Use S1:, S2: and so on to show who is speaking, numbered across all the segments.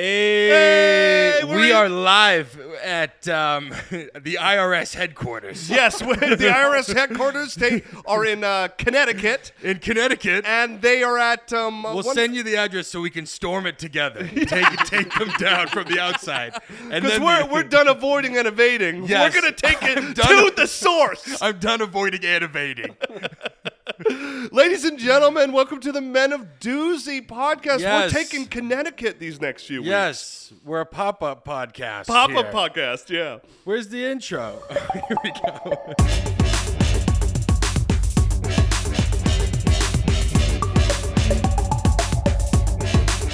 S1: Hey,
S2: Hey, we're
S1: we
S2: in-
S1: are live at um, the IRS headquarters
S2: Yes, we- the IRS headquarters they are in uh, Connecticut,
S1: in Connecticut.
S2: and they are at. Um,
S1: We'll
S2: one-
S1: send you the address so we can storm it together. Take take them down from the outside. And
S2: because
S1: then
S2: we're,
S1: the-
S2: we're done avoiding and evading.
S1: Yes.
S2: We're going to take
S1: I'm
S2: it
S1: done-
S2: to the source.
S1: I'm done avoiding and evading.
S2: Ladies and gentlemen, welcome to the Men of Doozy podcast.
S1: Yes.
S2: We're taking Connecticut these next few weeks.
S1: yes, we're a pop up podcast.
S2: Pop up
S1: here.
S2: podcast, yeah.
S1: Where's the intro? here we go.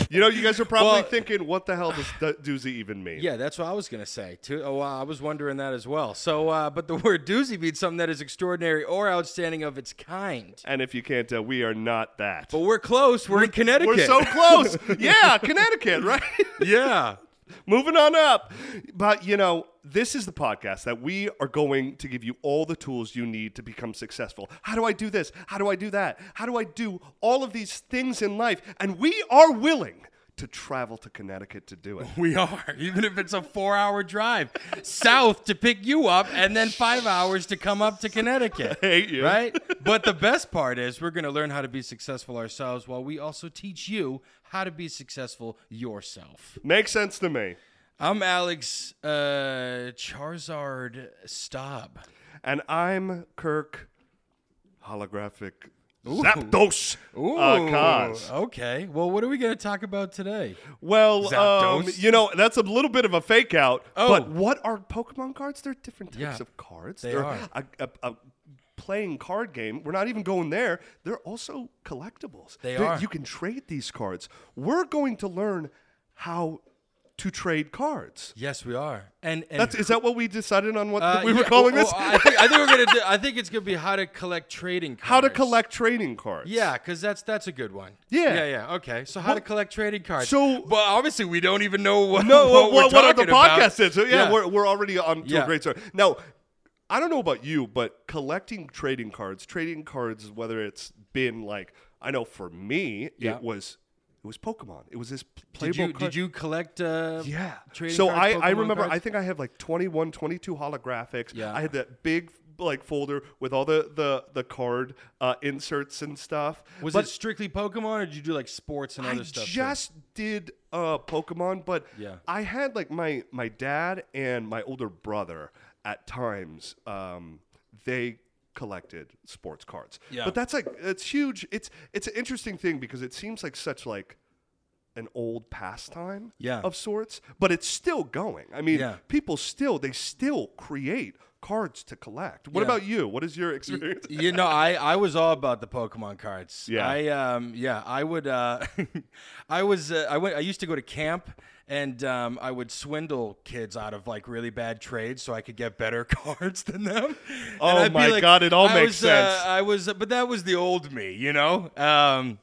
S2: You know, you guys are
S1: Well-
S2: probably thinking, what the hell does do- doozy even mean?
S1: Yeah, that's what I was gonna say too. Oh, wow, I was wondering that as well. So, uh, but the word doozy means something that is extraordinary or outstanding of its kind.
S2: And if you can't tell, we are not that.
S1: But we're close. We're, in Connecticut.
S2: We're so close. yeah, Connecticut, right?
S1: yeah.
S2: Moving on up. But, you know, this is the podcast that we are going to give you all the tools you need to become successful. How do I do this? How do I do that? How do I do all of these things in life? And we are willing to travel to Connecticut to do it.
S1: We are, even if it's a four hour drive south to pick you up and then five hours to come up to Connecticut.
S2: hate you.
S1: Right? But the best part is we're going to learn how to be successful ourselves while we also teach you how to be successful yourself.
S2: Makes sense to me.
S1: I'm Alex uh, Charizard Staub.
S2: And I'm Kirk Holographic Zapdos uh, Cons.
S1: Okay. Well, what are we going to talk about today?
S2: Well, um,
S1: Zapdos.
S2: you know, that's a little bit of a fake out.
S1: Oh.
S2: But what are Pokemon cards? They're different types
S1: Yeah,
S2: of cards.
S1: they
S2: They're
S1: are.
S2: A, a, a playing card game. We're not even going there. They're also collectibles.
S1: They
S2: They're-
S1: are.
S2: You can trade these cards. We're going to learn how to trade cards.
S1: Yes, we are. And, and
S2: That's, is that what we decided on what
S1: uh,
S2: we were
S1: yeah,
S2: calling
S1: oh, oh,
S2: this?
S1: I think, I think we're gonna. Do, I think it's gonna be how to collect trading cards.
S2: how to collect trading cards.
S1: Yeah, because that's that's a good one.
S2: Yeah.
S1: yeah, yeah. Okay, so how to collect trading cards?
S2: So-
S1: but obviously we don't even know what
S2: No,
S1: what,
S2: what,
S1: we're
S2: what, what
S1: talking
S2: the
S1: about.
S2: podcast is. So, yeah,
S1: Yeah.
S2: We're, we're already on to
S1: Yeah.
S2: a great start. Now, I don't know about you, but collecting trading cards, trading cards, whether it's been like, I know for me,
S1: Yeah.
S2: it was it was Pokemon. It was this p- playable
S1: Did you
S2: card.
S1: did you collect? Uh,
S2: yeah.
S1: trading
S2: so
S1: cards,
S2: I, I
S1: Pokemon
S2: remember, I
S1: cards?
S2: think I have like 21, 22 holographics.
S1: Yeah.
S2: I had that big like folder with all the, the, the card uh, inserts and stuff.
S1: was
S2: But
S1: it strictly Pokemon, or did you do like sports and
S2: I
S1: other stuff? too?
S2: just did uh, Pokemon, but
S1: Yeah.
S2: I had like my my dad and my older brother at times. Um, they collected sports cards,
S1: Yeah.
S2: but that's like it's huge. It's it's an interesting thing because it seems like such like an old pastime
S1: Yeah.
S2: of sorts, but it's still going. I mean,
S1: Yeah.
S2: people still they still create cards to collect. What
S1: Yeah.
S2: about you? What is your experience?
S1: you know, I, I was all about the Pokemon cards.
S2: Yeah.
S1: I um yeah, I would uh I was uh, I went I used to go to camp and um, I would swindle kids out of like really bad trades so I could get better cards than them. And
S2: Oh
S1: I'd be
S2: my God, it all
S1: I
S2: makes
S1: was,
S2: sense.
S1: Uh, I was but that was the old me, you know? Um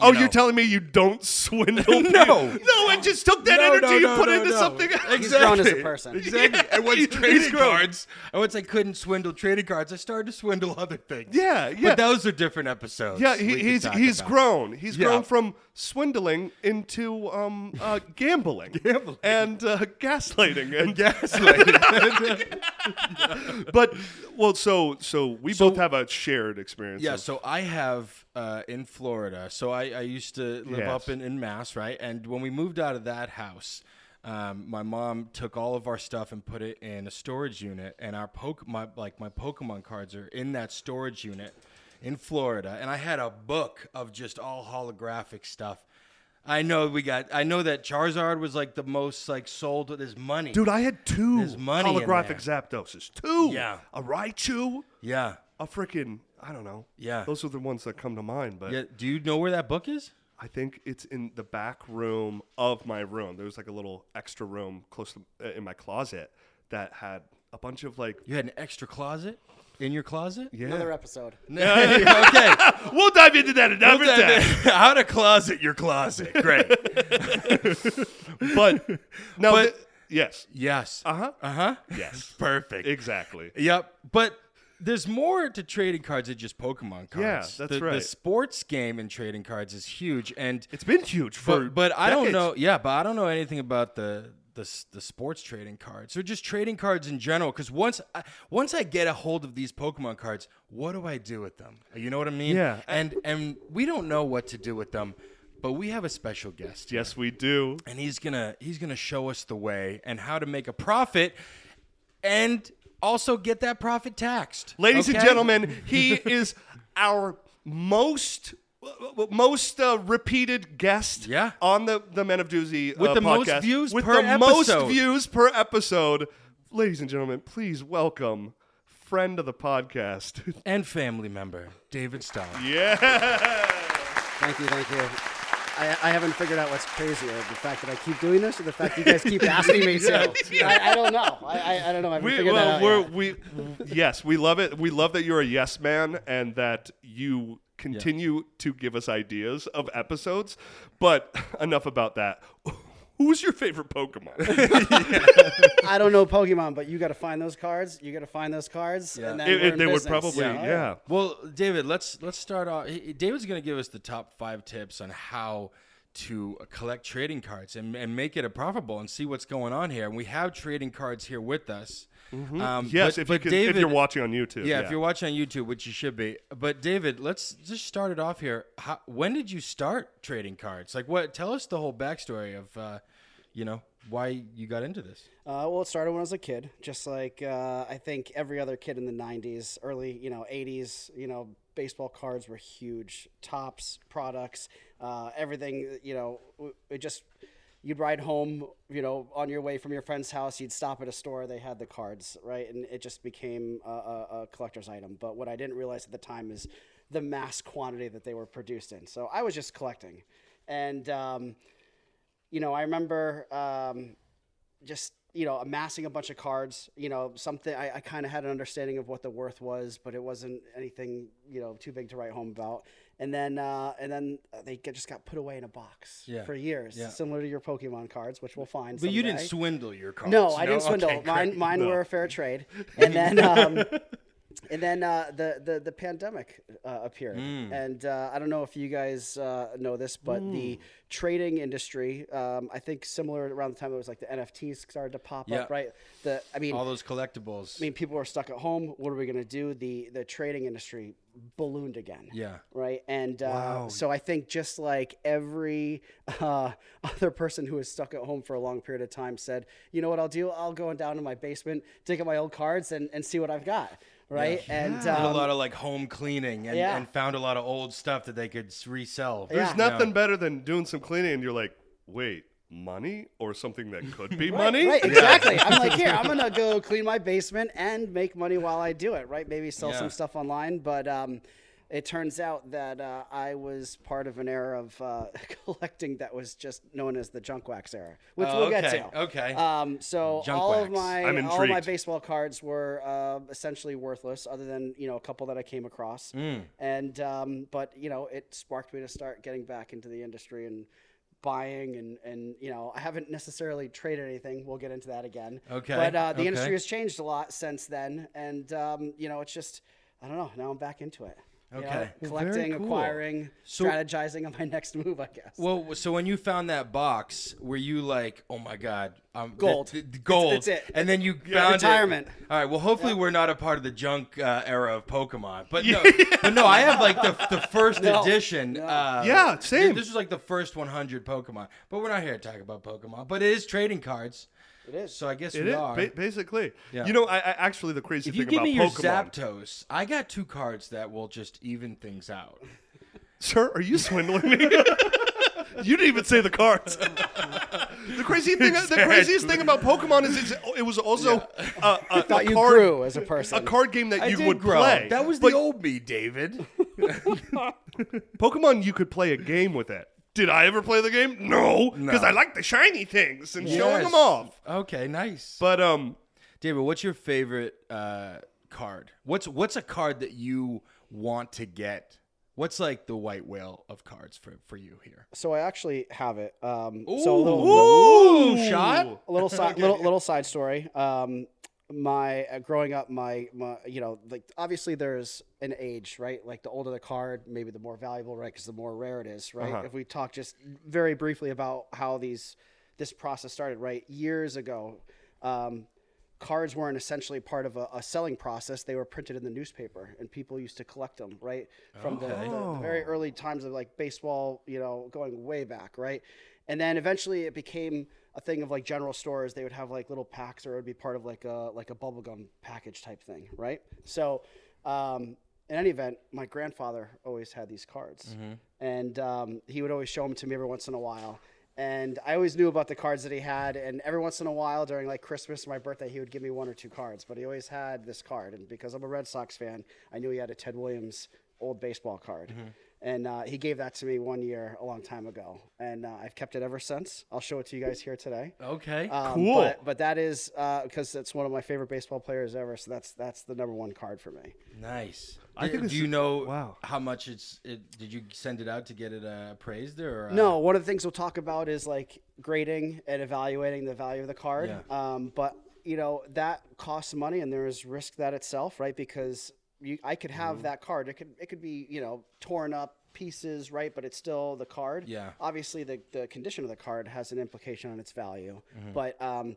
S2: oh,
S1: know.
S2: you're telling me you don't swindle?
S1: No.
S2: people? no, I just took that
S1: No,
S2: energy
S1: no,
S2: and
S1: no,
S2: put
S1: no,
S2: it into
S1: no.
S2: something else.
S1: Exactly.
S3: grown as a person.
S1: Exactly.
S2: Yeah,
S1: And once
S2: he's
S1: trading
S2: grown.
S1: cards, and once I couldn't swindle trading cards, I started to swindle other things.
S2: Yeah, yeah.
S1: But those are different episodes.
S2: Yeah,
S1: we
S2: he,
S1: could
S2: he's
S1: talk
S2: he's
S1: about.
S2: grown. He's
S1: Yeah.
S2: grown from swindling into um, uh, gambling,
S1: Gambling.
S2: and uh, gaslighting. And
S1: gaslighting.
S2: but well, so so we
S1: So-
S2: both have a shared experience.
S1: yeah,
S2: of-
S1: so I have uh, in Florida. So I, I used to live
S2: Yes.
S1: up in, in Mass, right? And when we moved out of that house, um, my mom took all of our stuff and put it in a storage unit, and our poke my like my Pokemon cards are in that storage unit in Florida, and I had a book of just all holographic stuff. I know we got. I know that Charizard was like the most like sold. There's money,
S2: dude, I had two
S1: There's money in
S2: holographic Zapdoses. Two.
S1: Yeah.
S2: A Raichu.
S1: Yeah,
S2: A freaking I don't know.
S1: Yeah.
S2: Those are the ones that come to mind. But
S1: yeah. Do you know where that book is?
S2: I think it's in the back room of my room. There was like a little extra room close to, uh, in my closet that had a bunch of like.
S1: You had an extra closet in your closet?
S2: Yeah.
S3: Another episode.
S1: okay.
S2: We'll dive into that another time.
S1: How to closet your closet. Great.
S2: But no,
S1: But-
S2: th- yes,
S1: yes.
S2: uh huh,
S1: Uh huh.
S2: yes,
S1: Perfect.
S2: exactly.
S1: Yep. But There's more to trading cards than just Pokemon cards.
S2: Yeah, that's
S1: the, The
S2: right.
S1: sports game in trading cards is huge, and
S2: It's been huge for.
S1: but, but I don't know.
S2: decades.
S1: Yeah, but I don't know anything about the the, s- the sports trading cards or just trading cards in general. Because once I, once I get a hold of these Pokemon cards, what do I do with them? You know what I mean?
S2: Yeah.
S1: And and we don't know what to do with them, but we have a special guest,
S2: Yes, we do.
S1: and he's gonna he's gonna show us the way and how to make a profit, and also get that profit taxed.
S2: Ladies and
S1: okay?
S2: gentlemen, he is our most most uh, repeated guest
S1: Yeah.
S2: on the the Men of Doozy uh,
S1: With the most
S2: podcast.
S1: views
S2: with
S1: per
S2: the
S1: episode.
S2: most views per episode. Ladies and gentlemen, please welcome friend of the podcast.
S1: and family member David Stein.
S2: yeah.
S3: Thank you, thank you. I, I haven't figured out what's crazier, the fact that I keep doing this or the fact that you guys keep asking me to. I, I don't know. I, I, I don't know. I haven't
S2: We,
S3: figured that
S2: well,
S3: out
S2: we're,
S3: yet.
S2: we yes, we love it. We love that you're a yes man and that you continue to give us ideas of episodes. But enough about that. Who's your favorite Pokemon?
S3: I don't know Pokemon, but you got to find those cards. You got to find those cards. And then
S2: It-
S3: we're
S2: it-
S3: in
S2: they would
S3: business.
S2: probably, yeah.
S1: Well, David, let's let's start off. he- he- David's going to give us the top five tips on how to uh, collect trading cards and, and make it a profitable and see what's going on here. And we have trading cards here with us. Um,
S2: Mm-hmm. Yes,
S1: but-
S2: if,
S1: but
S2: you can, if you're watching on YouTube.
S1: yeah, if you're watching on YouTube, which you should be. But David, let's just start it off here. How, when did you start trading cards? Like, what? Tell us the whole backstory of, uh, you know, why you got into this.
S3: Uh, well, it started when I was a kid, just like uh, I think every other kid in the '90s, early you know '80s. You know, baseball cards were huge, tops, products, uh, everything. You know, w- it just you'd ride home. You know, on your way from your friend's house, you'd stop at a store. They had the cards, right? And it just became a, a, a collector's item. But what I didn't realize at the time is the mass quantity that they were produced in. So I was just collecting, and um, you know, I remember. Um, just you know amassing a bunch of cards you know something i, I kind of had an understanding of what the worth was but it wasn't anything you know too big to write home about and then uh, and then uh, they get, just got put away in a box
S1: Yeah.
S3: for years
S1: Yeah.
S3: similar to your pokemon cards which we'll find
S1: But you didn't
S3: someday.
S1: swindle your cards.
S3: no i didn't swindle
S1: Okay,
S3: mine
S1: great.
S3: mine were a fair trade and then um, and then uh, the, the the pandemic uh, appeared,
S1: Mm.
S3: and uh, I don't know if you guys uh, know this, but
S1: Mm.
S3: the trading industry, um, I think similar around the time it was like the NFTs started to pop
S1: Yeah.
S3: up, right? The I mean,
S1: all those collectibles.
S3: I mean, people are stuck at home. What are we gonna do? The the trading industry ballooned again
S1: yeah.
S3: right? And uh, so I think just like every uh, other person who was stuck at home for a long period of time said, you know what I'll do? I'll go down to my basement, dig up my old cards, and, and see what I've got, right? And
S1: did a
S3: um,
S1: lot of like home cleaning and,
S3: Yeah.
S1: and found a lot of old stuff that they could s- resell.
S3: There's
S2: There's nothing better than doing some cleaning and you're like, wait, money or something that could be money?
S3: Right, exactly. I'm like, here, I'm gonna go clean my basement and make money while I do it. Right, maybe sell
S1: Yeah.
S3: some stuff online. But um, it turns out that uh, I was part of an era of uh, collecting that was just known as the junk wax era, which
S1: Oh,
S3: we'll get
S1: okay,
S3: to.
S1: okay.
S3: Um, so
S1: Junk
S3: all
S1: wax.
S3: of my
S2: I'm
S3: all of my
S2: intrigued.
S3: baseball cards were uh, essentially worthless, other than you know a couple that I came across.
S1: Mm.
S3: And um, but you know it sparked me to start getting back into the industry and buying and and you know I haven't necessarily traded anything. We'll get into that again.
S1: Okay,
S3: But uh, the
S1: okay.
S3: industry has changed a lot since then, and um, you know it's just I don't know. Now I'm back into it. You know,
S1: Okay. Well, very
S3: collecting,
S1: cool.
S3: acquiring,
S1: So-
S3: strategizing on my next move, I guess.
S1: Well, so when you found that box, were you like, "Oh my god, um,
S3: Gold.
S1: th- th- gold"?
S3: It's- it's it.
S1: And then you found it.
S3: Retirement.
S1: All right. Well, hopefully we're not a part of the junk uh, era of Pokemon, but no, but no, I have like the, the first
S3: No.
S1: edition. Uh,
S2: Yeah,
S1: th-
S2: same.
S1: This was like the first 100 Pokemon, but we're not here to talk about Pokemon. But it is trading cards,
S3: it is.
S1: so I guess
S2: It
S1: we
S2: is,
S1: are.
S2: ba- basically.
S1: Yeah.
S2: You know, I, I actually the crazy
S1: If
S2: thing
S1: you give
S2: about
S1: me your
S2: Pokemon.
S1: Zapdos, I got two cards that will just even things out.
S2: Sir, are you swindling me? you didn't even say the cards. the crazy thing, the craziest thing about Pokemon is it's, it was also uh, a, a
S3: thought you
S2: card,
S3: grew as a person.
S2: a card game that
S1: I
S2: you
S1: did
S2: would
S1: grow.
S2: play.
S1: That was
S2: but
S1: the old me, David.
S2: Pokemon, you could play a game with it. Did I ever play the game? No, because I like the shiny things and showing them off.
S1: Okay, nice.
S2: But um,
S1: David, what's your favorite uh, card? What's what's a card that you want to get? What's like the white whale of cards for, for you here?
S3: So I actually have it. Um,
S1: Ooh,
S3: so a little,
S1: ooh, shot.
S3: a little side, little, little side story. Um, my uh, growing up my, my you know like obviously there's an age right like the older the card maybe the more valuable right because the more rare it is right if we talk just very briefly about how these this process started right years ago um, cards weren't essentially part of a, a selling process they were printed in the newspaper and people used to collect them right from the, the, the very early times of like baseball you know going way back right and then eventually it became a thing of like general stores they would have like little packs or it would be part of like a like a bubblegum package type thing right so um in any event my grandfather always had these cards and um, he would always show them to me every once in a while and i always knew about the cards that he had and every once in a while during like christmas or my birthday he would give me one or two cards but he always had this card and because i'm a red sox fan i knew he had a ted williams old baseball card and uh, he gave that to me one year a long time ago and uh, i've kept it ever since i'll show it to you guys here today
S1: Uh, Okay.
S3: um,
S2: Cool.
S3: But, but that is because that's one of my favorite baseball players ever. So that's that's the number one card for me.
S1: nice.
S2: I
S1: I
S2: think
S1: think
S2: this
S1: do you
S2: is-
S1: know
S2: wow.
S1: how much it's? It, did you send it out to get it uh, appraised or? Uh,
S3: No, one of the things we'll talk about is like grading and evaluating the value of the card.
S1: Yeah.
S3: Um, but you know that costs money, and there is risk that itself, right? Because you, I could have that card. It could it could be you know torn up pieces, right? But it's still the card.
S1: Yeah.
S3: Obviously, the the condition of the card has an implication on its value, but. Um,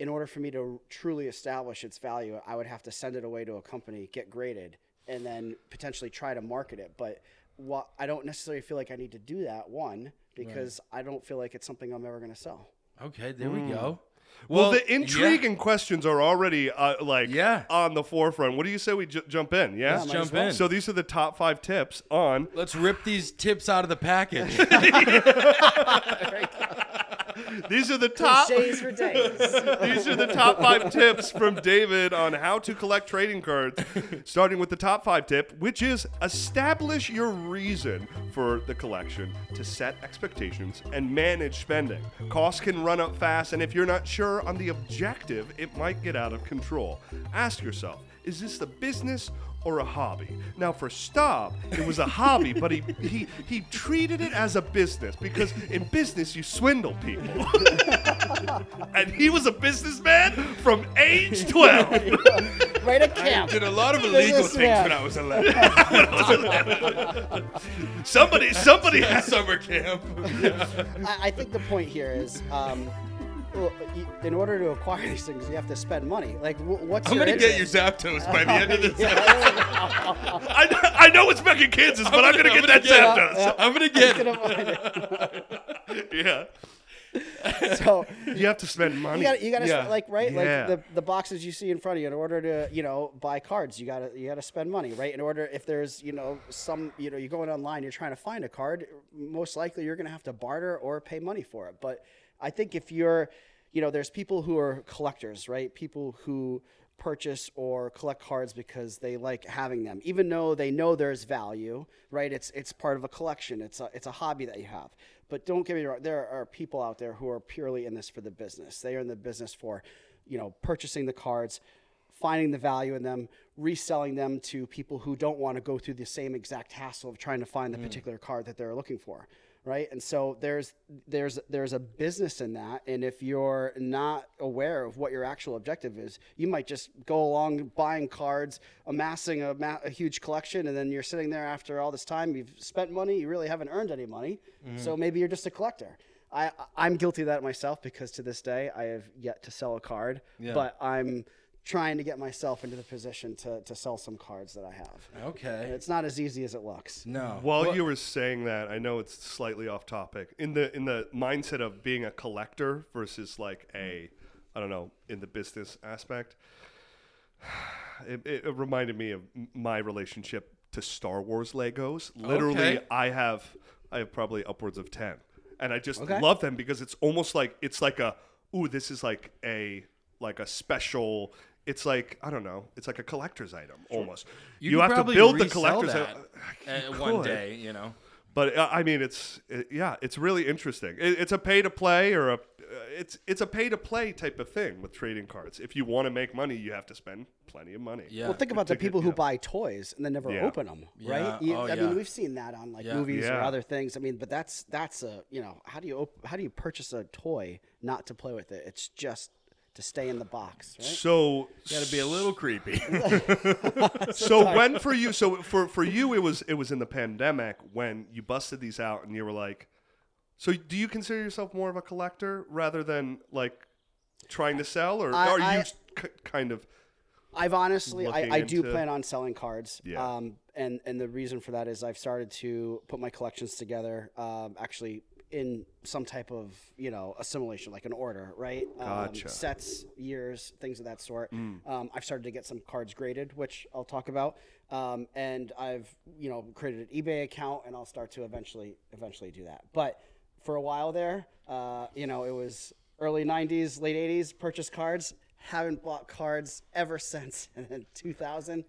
S3: in order for me to truly establish its value, I would have to send it away to a company, get graded, and then potentially try to market it. But what I don't necessarily feel like I need to do that one because I don't feel like it's something I'm ever going to sell.
S1: Okay. There we go.
S2: Well,
S1: yeah.
S2: the intriguing questions are already uh, like
S1: Yeah.
S2: on the forefront. What do you say we j- jump in? Yeah,
S1: Let's jump in.
S2: So these are the top five tips on.
S1: Let's rip these tips out of the package.
S2: These are the
S4: Oh.
S2: top.
S5: Shays for days.
S2: These are the top five tips from David on how to collect trading cards. Starting with the top five tip, which is establish your reason for the collection to set expectations and manage spending. Costs can run up fast, and if you're not sure on the objective, it might get out of control. Ask yourself is this a business or a hobby? Now, for Staub, it was a hobby, but he, he, he treated it as a business because in business you swindle people. and he was a businessman from age 12.
S3: Right at camp.
S4: Did a lot of illegal
S3: this
S4: things
S3: man.
S4: when I was 11.
S2: somebody, somebody
S4: At
S2: has.
S4: summer camp.
S3: I, I think the point here is. Um, well, you- in order to acquire these things, you have to spend money. Like, wh- what's
S4: I'm
S3: your
S4: gonna get your
S3: interest?
S4: Zapdos by the end of this.
S2: I, kn- I know it's back in Kansas, but I'm, going to get that Zapdos.
S4: I'm gonna get it.
S3: Gonna find it.
S2: Yeah.
S3: So
S2: You have to spend money.
S3: you got to you got to
S4: Yeah.
S3: like right
S2: Yeah.
S3: like the, the boxes you see in front of you in order to you know buy cards you got to you got to spend money right in order if there's you know some you know you're going online you're trying to find a card most likely you're going to have to barter or pay money for it but I think if you're you know there's people who are collectors right people who purchase or collect cards because they like having them even though they know there's value right it's it's part of a collection it's a it's a hobby that you have but don't get me wrong there are people out there who are purely in this for the business they are in the business for you know purchasing the cards finding the value in them reselling them to people who don't want to go through the same exact hassle of trying to find the particular card that they're looking for right and so there's there's there's a business in that and if you're not aware of what your actual objective is you might just go along buying cards amassing a, ma- a huge collection and then you're sitting there after all this time you've spent money you really haven't earned any money so maybe you're just a collector I, I- I'm guilty of that myself because to this day I have yet to sell a card, but I'm trying to get myself into the position to, to sell some cards that I have. And
S1: okay.
S3: it's not as easy as it looks.
S1: No.
S2: While you were saying that, I know it's slightly off topic. In the in the mindset of being a collector versus like a, I don't know, in the business aspect, it, it it reminded me of m- my relationship to Star Wars Legos. Literally,
S1: Okay.
S2: I have I have probably upwards of ten, and I just
S3: Okay.
S2: love them because it's almost like it's like a ooh, this is like a like a special. It's like I don't know. It's like a collector's item almost. You,
S1: could
S2: have to
S1: probably
S2: build the
S1: resell
S2: collector's
S1: that,
S2: item.
S1: uh,
S2: You
S1: one
S2: could.
S1: day. You know.
S2: But uh, I mean, it's uh yeah, it's really interesting. It, it's a pay to play or a uh, it's it's a pay to play type of thing with trading cards. If you want to make money, you have to spend plenty of money.
S1: Yeah.
S3: Well, think about the
S2: Particular-
S3: people who
S2: yeah.
S3: buy toys and then never
S2: Yeah.
S3: open 'em, open them,
S1: Yeah.
S3: right? You-
S1: Oh,
S3: I
S1: yeah.
S3: mean, we've seen that on like
S1: Yeah.
S3: movies or
S2: Yeah.
S3: other things. I mean, but that's that's a you know how do you op- how do you purchase a toy not to play with it? It's just to stay in the box, right?
S2: So
S1: Got to be a little creepy.
S2: so when for you so for for you it was it was in the pandemic when you busted these out and you were like so do you consider yourself more of a collector rather than like trying to sell or
S3: I-
S2: are
S3: I-
S2: you k- kind of
S3: I've honestly,
S2: looking
S3: I, I do
S2: into-
S3: plan on selling cards.
S2: Yeah.
S3: Um, and, and the reason for that is I've started to put my collections together, um, actually in some type of, you know, assimilation, like an order, right? Um,
S2: Gotcha.
S3: Sets, years, things of that sort.
S1: Mm.
S3: Um, I've started to get some cards graded, which I'll talk about. Um, and I've, you know, created an eBay account and I'll start to eventually, eventually do that. But for a while there, uh, you know, it was early 90s, late 80s, purchase cards. Haven't bought cards ever since. And then 2000,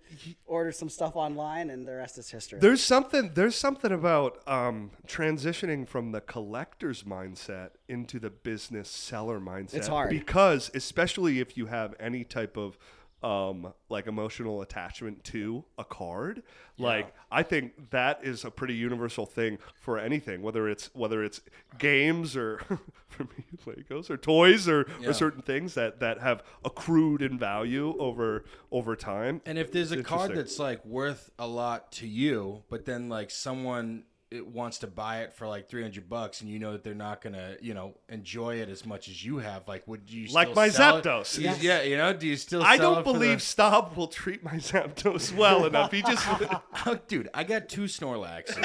S3: ordered some stuff online, and the rest is history.
S2: there's something there's something about um transitioning from the collector's mindset into the business seller mindset
S3: It's hard.
S2: because especially if you have any type of um like emotional attachment to a card like i think that is a pretty universal thing for anything whether it's whether it's games or for me legos or toys or, or certain things that that have accrued in value over over time
S1: And if there's a card
S2: interesting.
S1: that's like worth a lot to you, but then like someone it wants to buy it for like 300 bucks and you know that they're not going to, you know, enjoy it as much as you have, like would you
S2: Like
S1: still
S2: my
S1: sell it?
S2: Zapdos.
S1: Do you- Yeah, you know, do you still
S2: I
S1: sell
S2: don't
S1: it for the-
S2: believe Staub will treat my Zapdos well enough. He just
S1: Oh, dude, I got two Snorlaxes.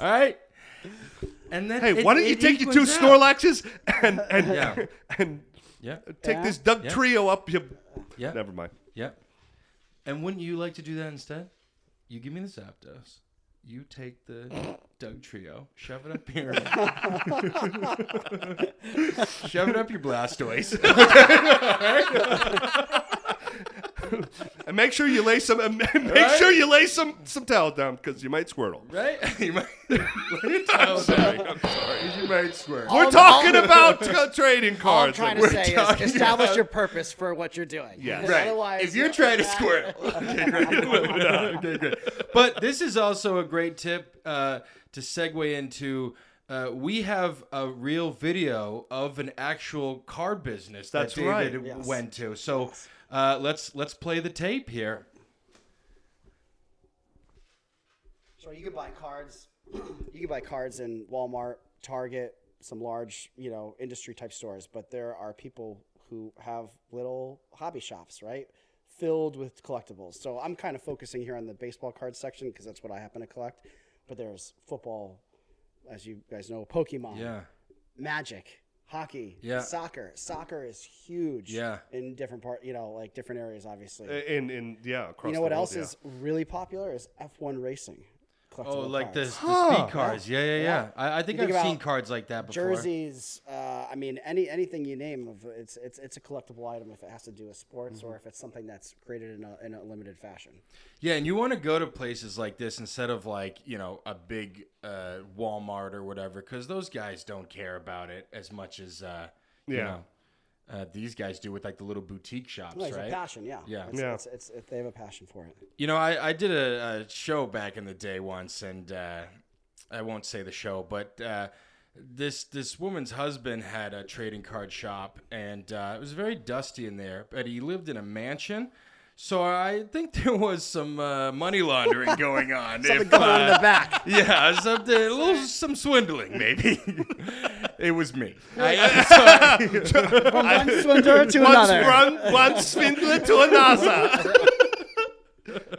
S1: All right. And then
S2: hey,
S1: it-
S2: why don't
S1: it
S2: you take your two
S1: equals out.
S2: Snorlaxes and and
S1: Yeah.
S2: and
S1: Yeah.
S2: take this Doug
S1: Yeah.
S2: trio up your.
S1: Yeah.
S2: Never mind.
S1: Yeah. And wouldn't you like to do that instead? You give me the Zapdos. You take the Doug Trio, shove it up here, shove it up your Blastoise.
S2: And make sure you lay some. And make sure you lay some some towel down because you might squirtle.
S1: right? You might, what are you talking about? You might swear.
S2: We're talking about uh, trading
S3: All I'm
S2: cards.
S3: trying to
S2: We're
S3: say
S2: talking-
S3: is establish your purpose for what you're doing.
S2: Yes.
S1: Right.
S3: Otherwise,
S1: if you're trying to squirt. okay,
S3: uh,
S1: great. Moving on. Okay, great. But this is also a great tip uh, to segue into. Uh, we have a real video of an actual card business
S2: That's
S1: that David
S2: right.
S3: Yes.
S1: went to. So uh, let's let's play the tape here.
S3: So you could buy cards. you could buy cards in Walmart, Target, some large, you know, industry type stores. But there are people who have little hobby shops, right, filled with collectibles. So I'm kind of focusing here on the baseball card section because that's what I happen to collect. But there's football, as you guys know, Pokemon,
S1: Yeah.
S3: Magic, hockey,
S1: Yeah.
S3: soccer. Soccer is huge.
S1: Yeah.
S3: In different part, you know, like different areas, obviously.
S2: Uh, in in yeah. Across
S3: you know
S2: the
S3: what
S2: world,
S3: else
S2: yeah.
S3: is really popular is F1 racing.
S1: Oh,
S3: collectible
S1: like the, the
S3: cards.
S1: speed cards. Yeah, yeah, yeah.
S3: Yeah.
S1: I, I think
S3: You think
S1: I've seen
S3: about
S1: cards like that before.
S3: jerseys. Uh, I mean, any anything you name, of it's it's it's a collectible item if it has to do with sports
S1: Mm-hmm.
S3: or if it's something that's created in a in a limited fashion.
S1: Yeah, and you want to go to places like this instead of like you know a big uh, Walmart or whatever, because those guys don't care about it as much as uh, you
S2: Yeah.
S1: know uh, these guys do with like the little boutique shops,
S3: Like a
S1: right?
S3: passion, yeah.
S1: Yeah.
S3: It's,
S2: Yeah.
S3: It's, it's, it- they have a passion for it.
S1: You know, I, I did a, a show back in the day once, and uh, I won't say the show, but uh, this this woman's husband had a trading card shop, and uh, it was very dusty in there. But he lived in a mansion, so I think there was some uh, money laundering going on. if,
S3: Going on in
S1: uh,
S3: the back.
S1: yeah, something, a little, some swindling maybe. it was me. I, I'm sorry.
S3: One swindler to
S2: One,
S3: another.
S2: sprun, one swindler to another.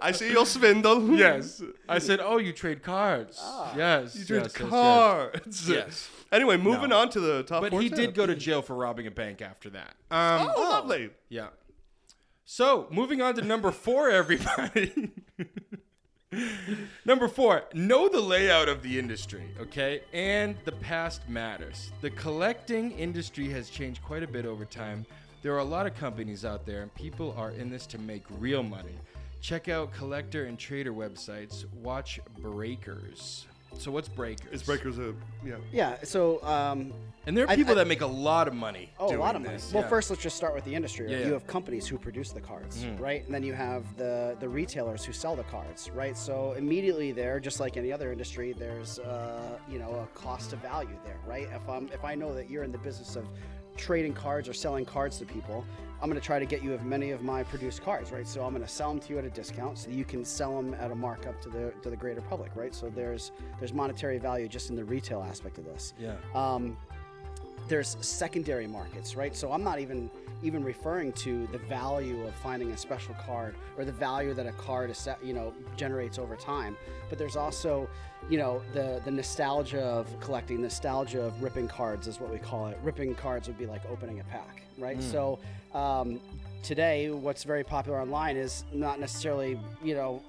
S2: I see your swindle.
S1: yes, I said, "Oh, you trade cards."
S3: Ah,
S1: Yes, you
S2: Dude,
S1: yes, yes, yes.
S2: cards.
S1: Yes.
S2: Anyway, moving
S1: No.
S2: on to the top.
S1: But
S2: four
S1: he
S2: tip.
S1: did go to jail for robbing a bank after that. Um,
S2: Oh, lovely.
S1: Yeah. So moving on to number four, everybody. number four, know the layout of the industry, okay? And the past matters. The collecting industry has changed quite a bit over time. There are a lot of companies out there, and people are in this to make real money. Check out collector and trader websites. Watch Breakers. So what's breakers?
S2: Is breakers a yeah?
S3: Yeah. So, um,
S1: And there are
S3: I-
S1: people
S3: I-
S1: that make a lot of money.
S3: oh, a
S1: doing
S3: lot of money.
S1: this,
S3: well,
S1: yeah.
S3: first, let's just start with the industry. right?
S1: Yeah, Mm-hmm. yeah.
S3: You have companies who produce the cards, right? And then you have the the retailers who sell the cards, right? So immediately there, just like any other industry, there's uh, you know a cost to value there, right? If I'm if I know that you're in the business of trading cards or selling cards to people, I'm going to try to get you as many of my produced cards, right? So I'm going to sell them to you at a discount so that you can sell them at a markup to the to the greater public, right? So there's there's monetary value just in the retail aspect of this.
S1: Yeah.
S3: Um, there's secondary markets, right? So I'm not even even referring to the value of finding a special card or the value that a card is, set- you know generates over time. But there's also, you know, the the nostalgia of collecting, nostalgia of ripping cards is what we call it. Ripping cards would be like opening a pack, right? So um, today, what's very popular online is not necessarily you know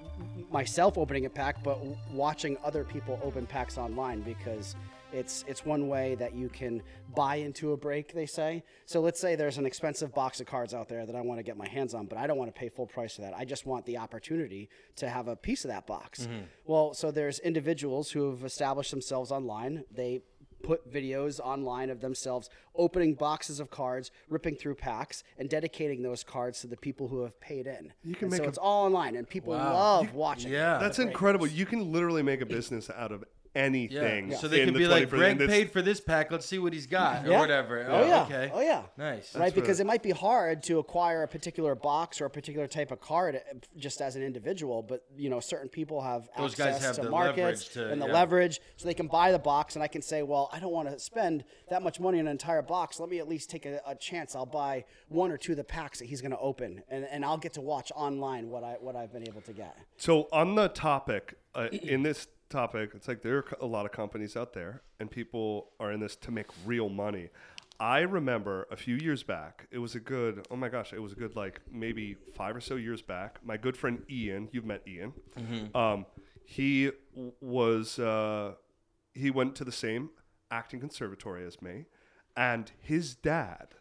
S3: myself opening a pack, but w- watching other people open packs online because it's it's one way that you can buy into a break, they say. So let's say there's an expensive box of cards out there that I want to get my hands on, but I don't want to pay full price for that. I just want the opportunity to have a piece of that box. Well, so there's individuals who have established themselves online. They put videos online of themselves opening boxes of cards, ripping through packs, and dedicating those cards to the people who have paid in. You
S2: can
S3: and so
S2: make a-
S3: it's all online, and people love watching. it.
S1: Yeah.
S2: That's incredible. You can literally make a business out of anything.
S1: So they
S2: in
S1: can
S2: the
S1: be like,
S2: 21st
S1: Greg
S2: and it's-
S1: paid for this pack. Let's see what he's got or
S3: Yeah.
S1: whatever.
S3: Oh, yeah.
S1: Okay.
S3: Oh yeah.
S1: Nice.
S3: right, because it might be hard to acquire a particular box or a particular type of card uh, just as an individual, but you know, certain people have
S1: Those guys
S3: access
S1: have
S3: to
S1: the
S3: markets
S1: leverage to-
S3: and the
S1: yeah.
S3: leverage, so they can buy the box, and I can say, well, I don't want to spend that much money on an entire box. Let me at least take a, a chance. I'll buy one or two of the packs that he's going to open, and, and I'll get to watch online what I what I've been able to get.
S2: So on the topic, uh, in this topic, it's like there are a lot of companies out there, and people are in this to make real money. I remember a few years back, it was a good, oh my gosh, it was a good like maybe five or so years back. My good friend Ian, you've met Ian, um, he w- was uh, he went to the same acting conservatory as me, and his dad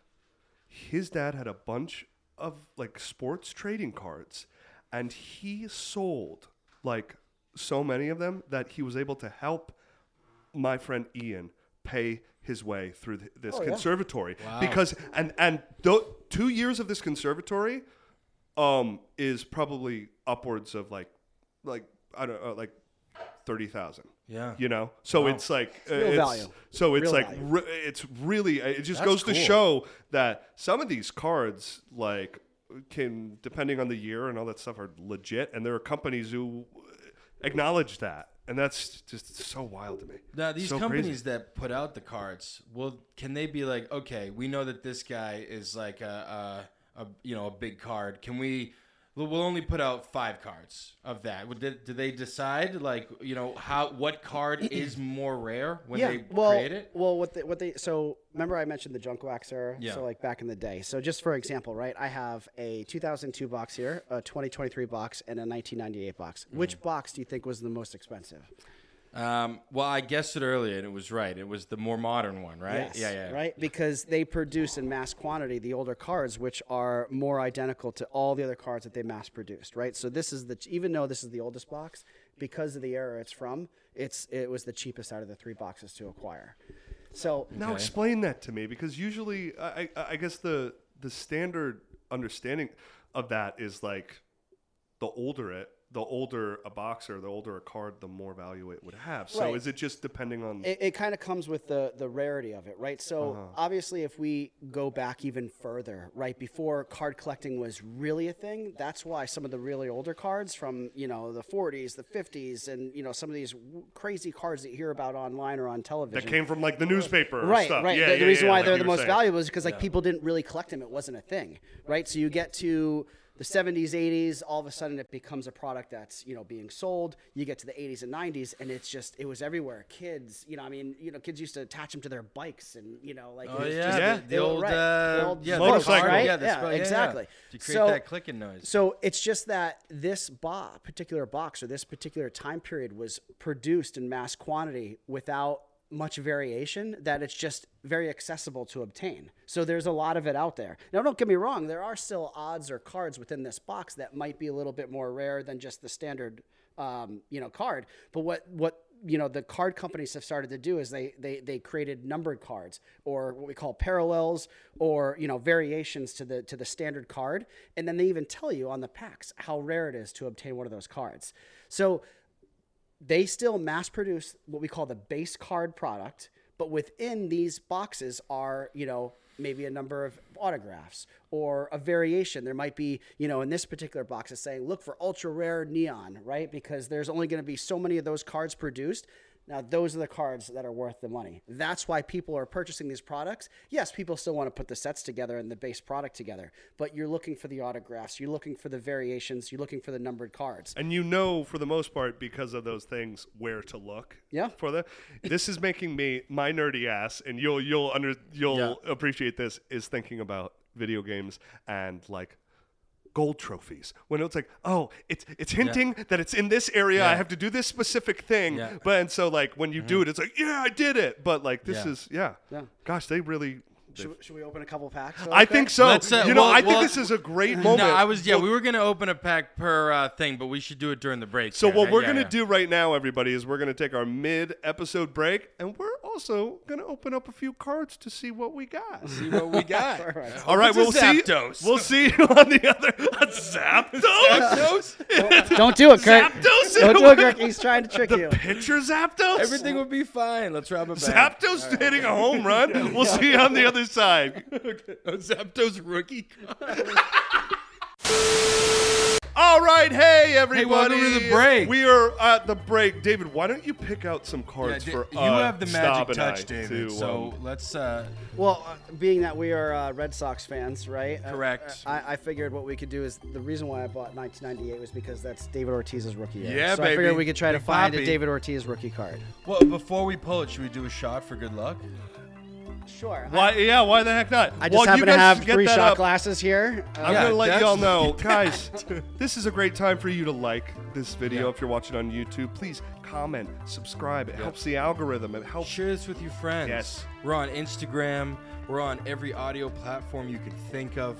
S2: his dad had a bunch of like sports trading cards and he sold like so many of them that he was able to help my friend Ian pay his way through th-
S3: Oh,
S2: this conservatory because and and th- 2 years of this conservatory um is probably upwards of like like I don't know like 30,000
S1: Yeah.
S2: you know so it's like uh,
S3: real
S2: it's-
S3: value.
S2: so it's
S3: Real
S2: like
S3: value.
S2: re- it's really it just
S1: That's
S2: goes to
S1: cool.
S2: show that some of these cards like can depending on the year and all that stuff are legit and there are companies who acknowledge that and that's just so wild to me
S1: Now these
S2: So
S1: companies
S2: crazy.
S1: that put out the cards, well, can they be like, okay, we know that this guy is like a, a, a you know a big card. Can we? We'll we'll only put out five cards of that. Would they- Do they decide like you know how what card is more rare when they
S3: well,
S1: create it?
S3: Well, what they, what they so remember I mentioned the junk wax era.
S1: Yeah.
S3: So like back in the day. So just for example, right? I have a 2002 box here, a 2023 box, and a 1998 box.
S1: Mm-hmm.
S3: Which box do you think was the most expensive?
S1: Um, well, I guessed it earlier, and it was right. It was the more modern one, right?
S3: Yes,
S1: yeah, yeah.
S3: Right? Because they produce in mass quantity the older cards, which are more identical to all the other cards that they mass produced, right? So this is the, even though this is the oldest box, because of the era it's from, it's it was the cheapest out of the three boxes to acquire. So
S2: now explain that to me because usually I, I i guess the the standard understanding of that is like the older it the older a boxer the older a card the more value it would have so
S3: Right.
S2: is it just depending on
S3: it, it kind of comes with the the rarity of it, right? So obviously, if we go back even further, right before card collecting was really a thing, that's why some of the really older cards from you know the 40s, the 50s, and you know some of these w- crazy cards that you hear about online or on television.
S2: that came from like the newspaper or
S3: Right,
S2: stuff.
S3: right.
S2: Yeah,
S3: the,
S2: yeah,
S3: the reason
S2: yeah,
S3: why
S2: like
S3: they're
S2: you
S3: the
S2: were
S3: most
S2: saying.
S3: valuable is because like people didn't really collect them; it wasn't a thing, right? So you get to the 70s, 80s, all of a sudden it becomes a product that's you know being sold. You get to the 80s and 90s, and it's just it was everywhere. Kids, you know, I mean, you know, kids used to attach them to their bikes, and you know, like it
S1: Oh
S3: was
S1: yeah,
S3: just-
S2: Yeah.
S1: the, the
S3: they were
S1: old,
S3: right.
S1: uh,
S3: The old
S1: yeah, the
S2: motorcycle.
S1: card,
S2: Right?
S1: Yeah, that's
S3: Yeah,
S1: probably- yeah, yeah.
S3: exactly.
S1: To create
S3: So-
S1: that clicking noise.
S3: So it's just that this bo- particular box or this particular time period was produced in mass quantity without much variation that it's just very accessible to obtain. So there's a lot of it out there. Now don't get me wrong, there are still odds or cards within this box that might be a little bit more rare than just the standard um, you know card, but what what you know the card companies have started to do is they they they created numbered cards or what we call parallels or you know variations to the to the standard card and then they even tell you on the packs how rare it is to obtain one of those cards so they still mass produce what we call the base card product, but within these boxes are, you know, maybe a number of autographs or a variation. There might be, you know, in this particular box it's saying, look for ultra rare neon, right? Because there's only going to be so many of those cards produced. Now, those are the cards that are worth the money. That's why people are purchasing these products. Yes, people still want to put the sets together and the base product together, but you're looking for the autographs, you're looking for the variations, you're looking for the numbered cards.
S2: and you know for the most part because of those things where to look
S3: Yeah.
S2: for the this is making me my nerdy ass and you'll you'll under you'll appreciate this is thinking about video games and like gold trophies when it's like oh it's it's hinting that it's in this area i
S1: Yeah.
S2: have to do this specific thing
S1: Yeah. Mm-hmm.
S2: but and so like when you do it it's like yeah i did it but like this
S1: Yeah.
S2: is yeah,
S3: Yeah.
S2: gosh they really
S3: Should, should we open a couple packs?
S2: I think so.
S1: Let's, uh,
S2: you know,
S1: well-
S2: I think
S1: well-
S2: this is a great moment.
S1: No, I was yeah. we were gonna open a pack per uh, thing, but we should do it during the break.
S2: So
S1: here,
S2: what
S1: right?
S2: we're
S1: Yeah,
S2: gonna
S1: yeah.
S2: do right now, everybody, is we're gonna take our mid-episode break, and we're also gonna open up a few cards to see what we got.
S1: See what we got.
S2: All right,
S1: It's a
S2: we'll see.
S1: Zapdos.
S2: We'll see you on the other. A Zapdos.
S3: Don't do it, Kurt.
S2: Zapdos.
S3: Don't do it, Kirk. He's trying to trick you.
S2: Picture Zapdos.
S1: Everything will be fine. Let's rob a bank.
S2: Zapdos hitting a home run. We'll see you on the other side.
S4: Zapdos rookie.
S2: All right, hey everybody.
S1: welcome to the break.
S2: We are at the break. David, why don't you pick out some cards
S1: Yeah,
S2: for
S1: d- you
S2: uh,
S1: have the
S2: Staub
S1: magic
S2: and
S1: touch,
S2: I
S1: David.
S2: to,
S1: so
S2: um,
S1: let's. Uh,
S3: Well, uh, being that we are uh, Red Sox fans, right? Uh,
S1: Correct.
S3: I, I figured what we could do is the reason why I bought 1998 was because that's David Ortiz's rookie year.
S1: Yeah,
S3: so I figured
S1: baby.
S3: we could try to
S1: Big
S3: find a
S1: Papi.
S3: David Ortiz rookie card.
S1: well, before we pull it, should we do a shot for good luck?
S3: Sure.
S2: why? Yeah, why the heck not?
S3: I just happen to have three shot
S2: up,
S3: glasses here. Uh,
S2: I'm
S1: Yeah,
S2: gonna let
S1: that's-
S2: y'all know, guys. this is a great time for you to like this video if you're watching on YouTube. Please comment, subscribe. It helps the algorithm. It helps.
S1: Share this with your friends.
S2: Yes.
S1: We're on Instagram. We're on every audio platform you can think of.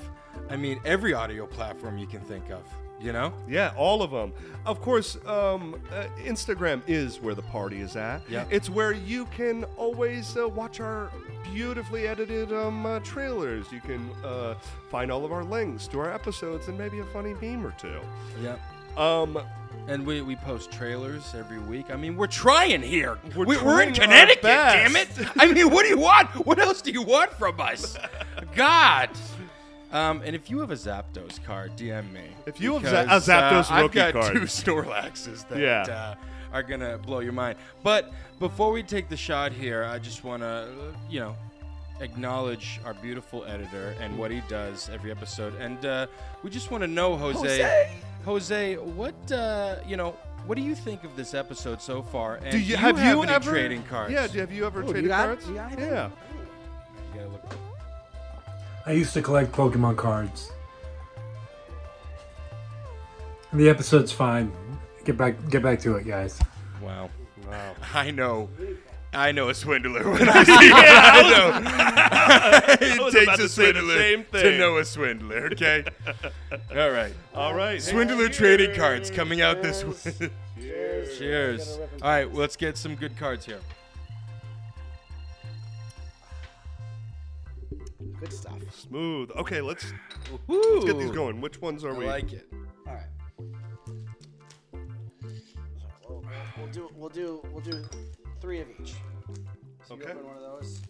S1: I mean, every audio platform you can think of. You know?
S2: Yeah, all of them. Of course, um, uh, Instagram is where the party is at.
S1: Yeah.
S2: It's where you can always uh, watch our beautifully edited um, uh, trailers. You can uh, find all of our links to our episodes and maybe a funny meme or two.
S1: Yep.
S2: Um,
S1: And we, we post trailers every week. I mean, we're trying here.
S2: We're
S1: We're, we, are in
S2: trying our
S1: Connecticut, damn it.
S2: best.
S1: I mean, what do you want? What else do you want from us? God. Um, and if you have a Zapdos card, DM me.
S2: If you have Za-
S1: Because, uh,
S2: a Zapdos
S1: I've
S2: rookie
S1: got
S2: card.
S1: two Snorlaxes that
S2: Yeah.
S1: uh, are going to blow your mind. But before we take the shot here, I just want to, you know, acknowledge our beautiful editor and what he does every episode. And uh, we just want to know, Jose. Jose, what uh, you know? What do you think of this episode so far? And
S2: do you, have, you
S1: any
S2: ever
S1: trading cards?
S2: Yeah, do- have you ever
S3: Oh, you
S2: traded
S3: got-
S2: cards?
S3: you got anything?
S2: yeah.
S1: You gotta look-
S5: I used to collect Pokemon cards. The episode's fine. Get back, get back to it, guys.
S1: Wow. Wow. I know. I know a swindler when I see I know. it
S2: about
S1: takes
S2: to
S1: a
S2: say the
S1: swindler
S2: same thing.
S1: to know a swindler, okay? All right.
S2: All right.
S1: Swindler trading cards coming out this week. Cheers. Cheers. All right, let's get some good cards here.
S3: Good stuff.
S2: Smooth. Okay, let's
S1: Let's
S2: get these going. Which ones are
S1: I
S2: we?
S1: like it.
S3: All right. So we'll, we'll do we'll do we'll do three of each. So you
S2: Okay.
S3: open one of those.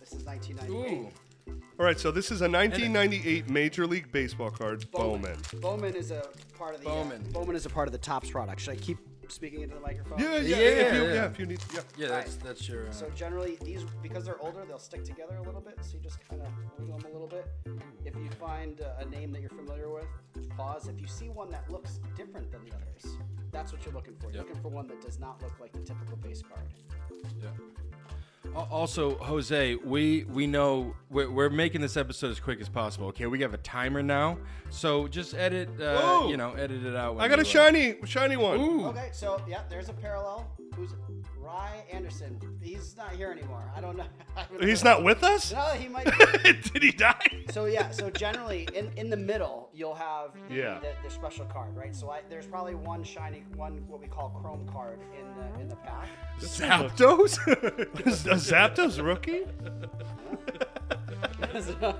S3: This is 1998.
S1: Ooh.
S2: All right, so this is a 1998 Major League Baseball card, Bowman.
S3: Bowman is a part of the uh,
S1: Bowman.
S3: Bowman is a part of the Tops product. Should I keep speaking into the microphone?
S2: Yeah, yeah,
S1: Yeah,
S2: if you, yeah.
S1: yeah.
S2: if you need, yeah.
S1: Yeah, that's that's your. Uh,
S3: So generally, these because they're older, they'll stick together a little bit. So you just kind of wiggle them a little bit. If you find uh, a name that you're familiar with, pause. If you see one that looks different than the others, that's what you're looking for. You're
S1: Yep.
S3: looking for one that does not look like the typical base card.
S1: Yeah. Al- Also, Jose, we we know we're, we're making this episode as quick as possible. Okay, we have a timer now, so just edit. Uh,
S2: Whoa.
S1: you know, edit it out. when
S2: I got
S1: you,
S2: a
S1: uh,
S2: shiny, shiny one.
S1: Ooh.
S3: Okay, so yeah, there's a parallel. Who's Ro- Rye Anderson. He's not here anymore. I don't know. I haven't
S2: He's
S3: heard-
S2: not with us?
S3: No, he might.
S2: Did he die?
S3: so yeah. So generally, in, in the middle, you'll have
S2: Yeah.
S3: the, the special card, right? So I, there's probably one shiny, one what we call chrome card in the in the pack.
S2: Zapdos? a Zapdos rookie?
S3: So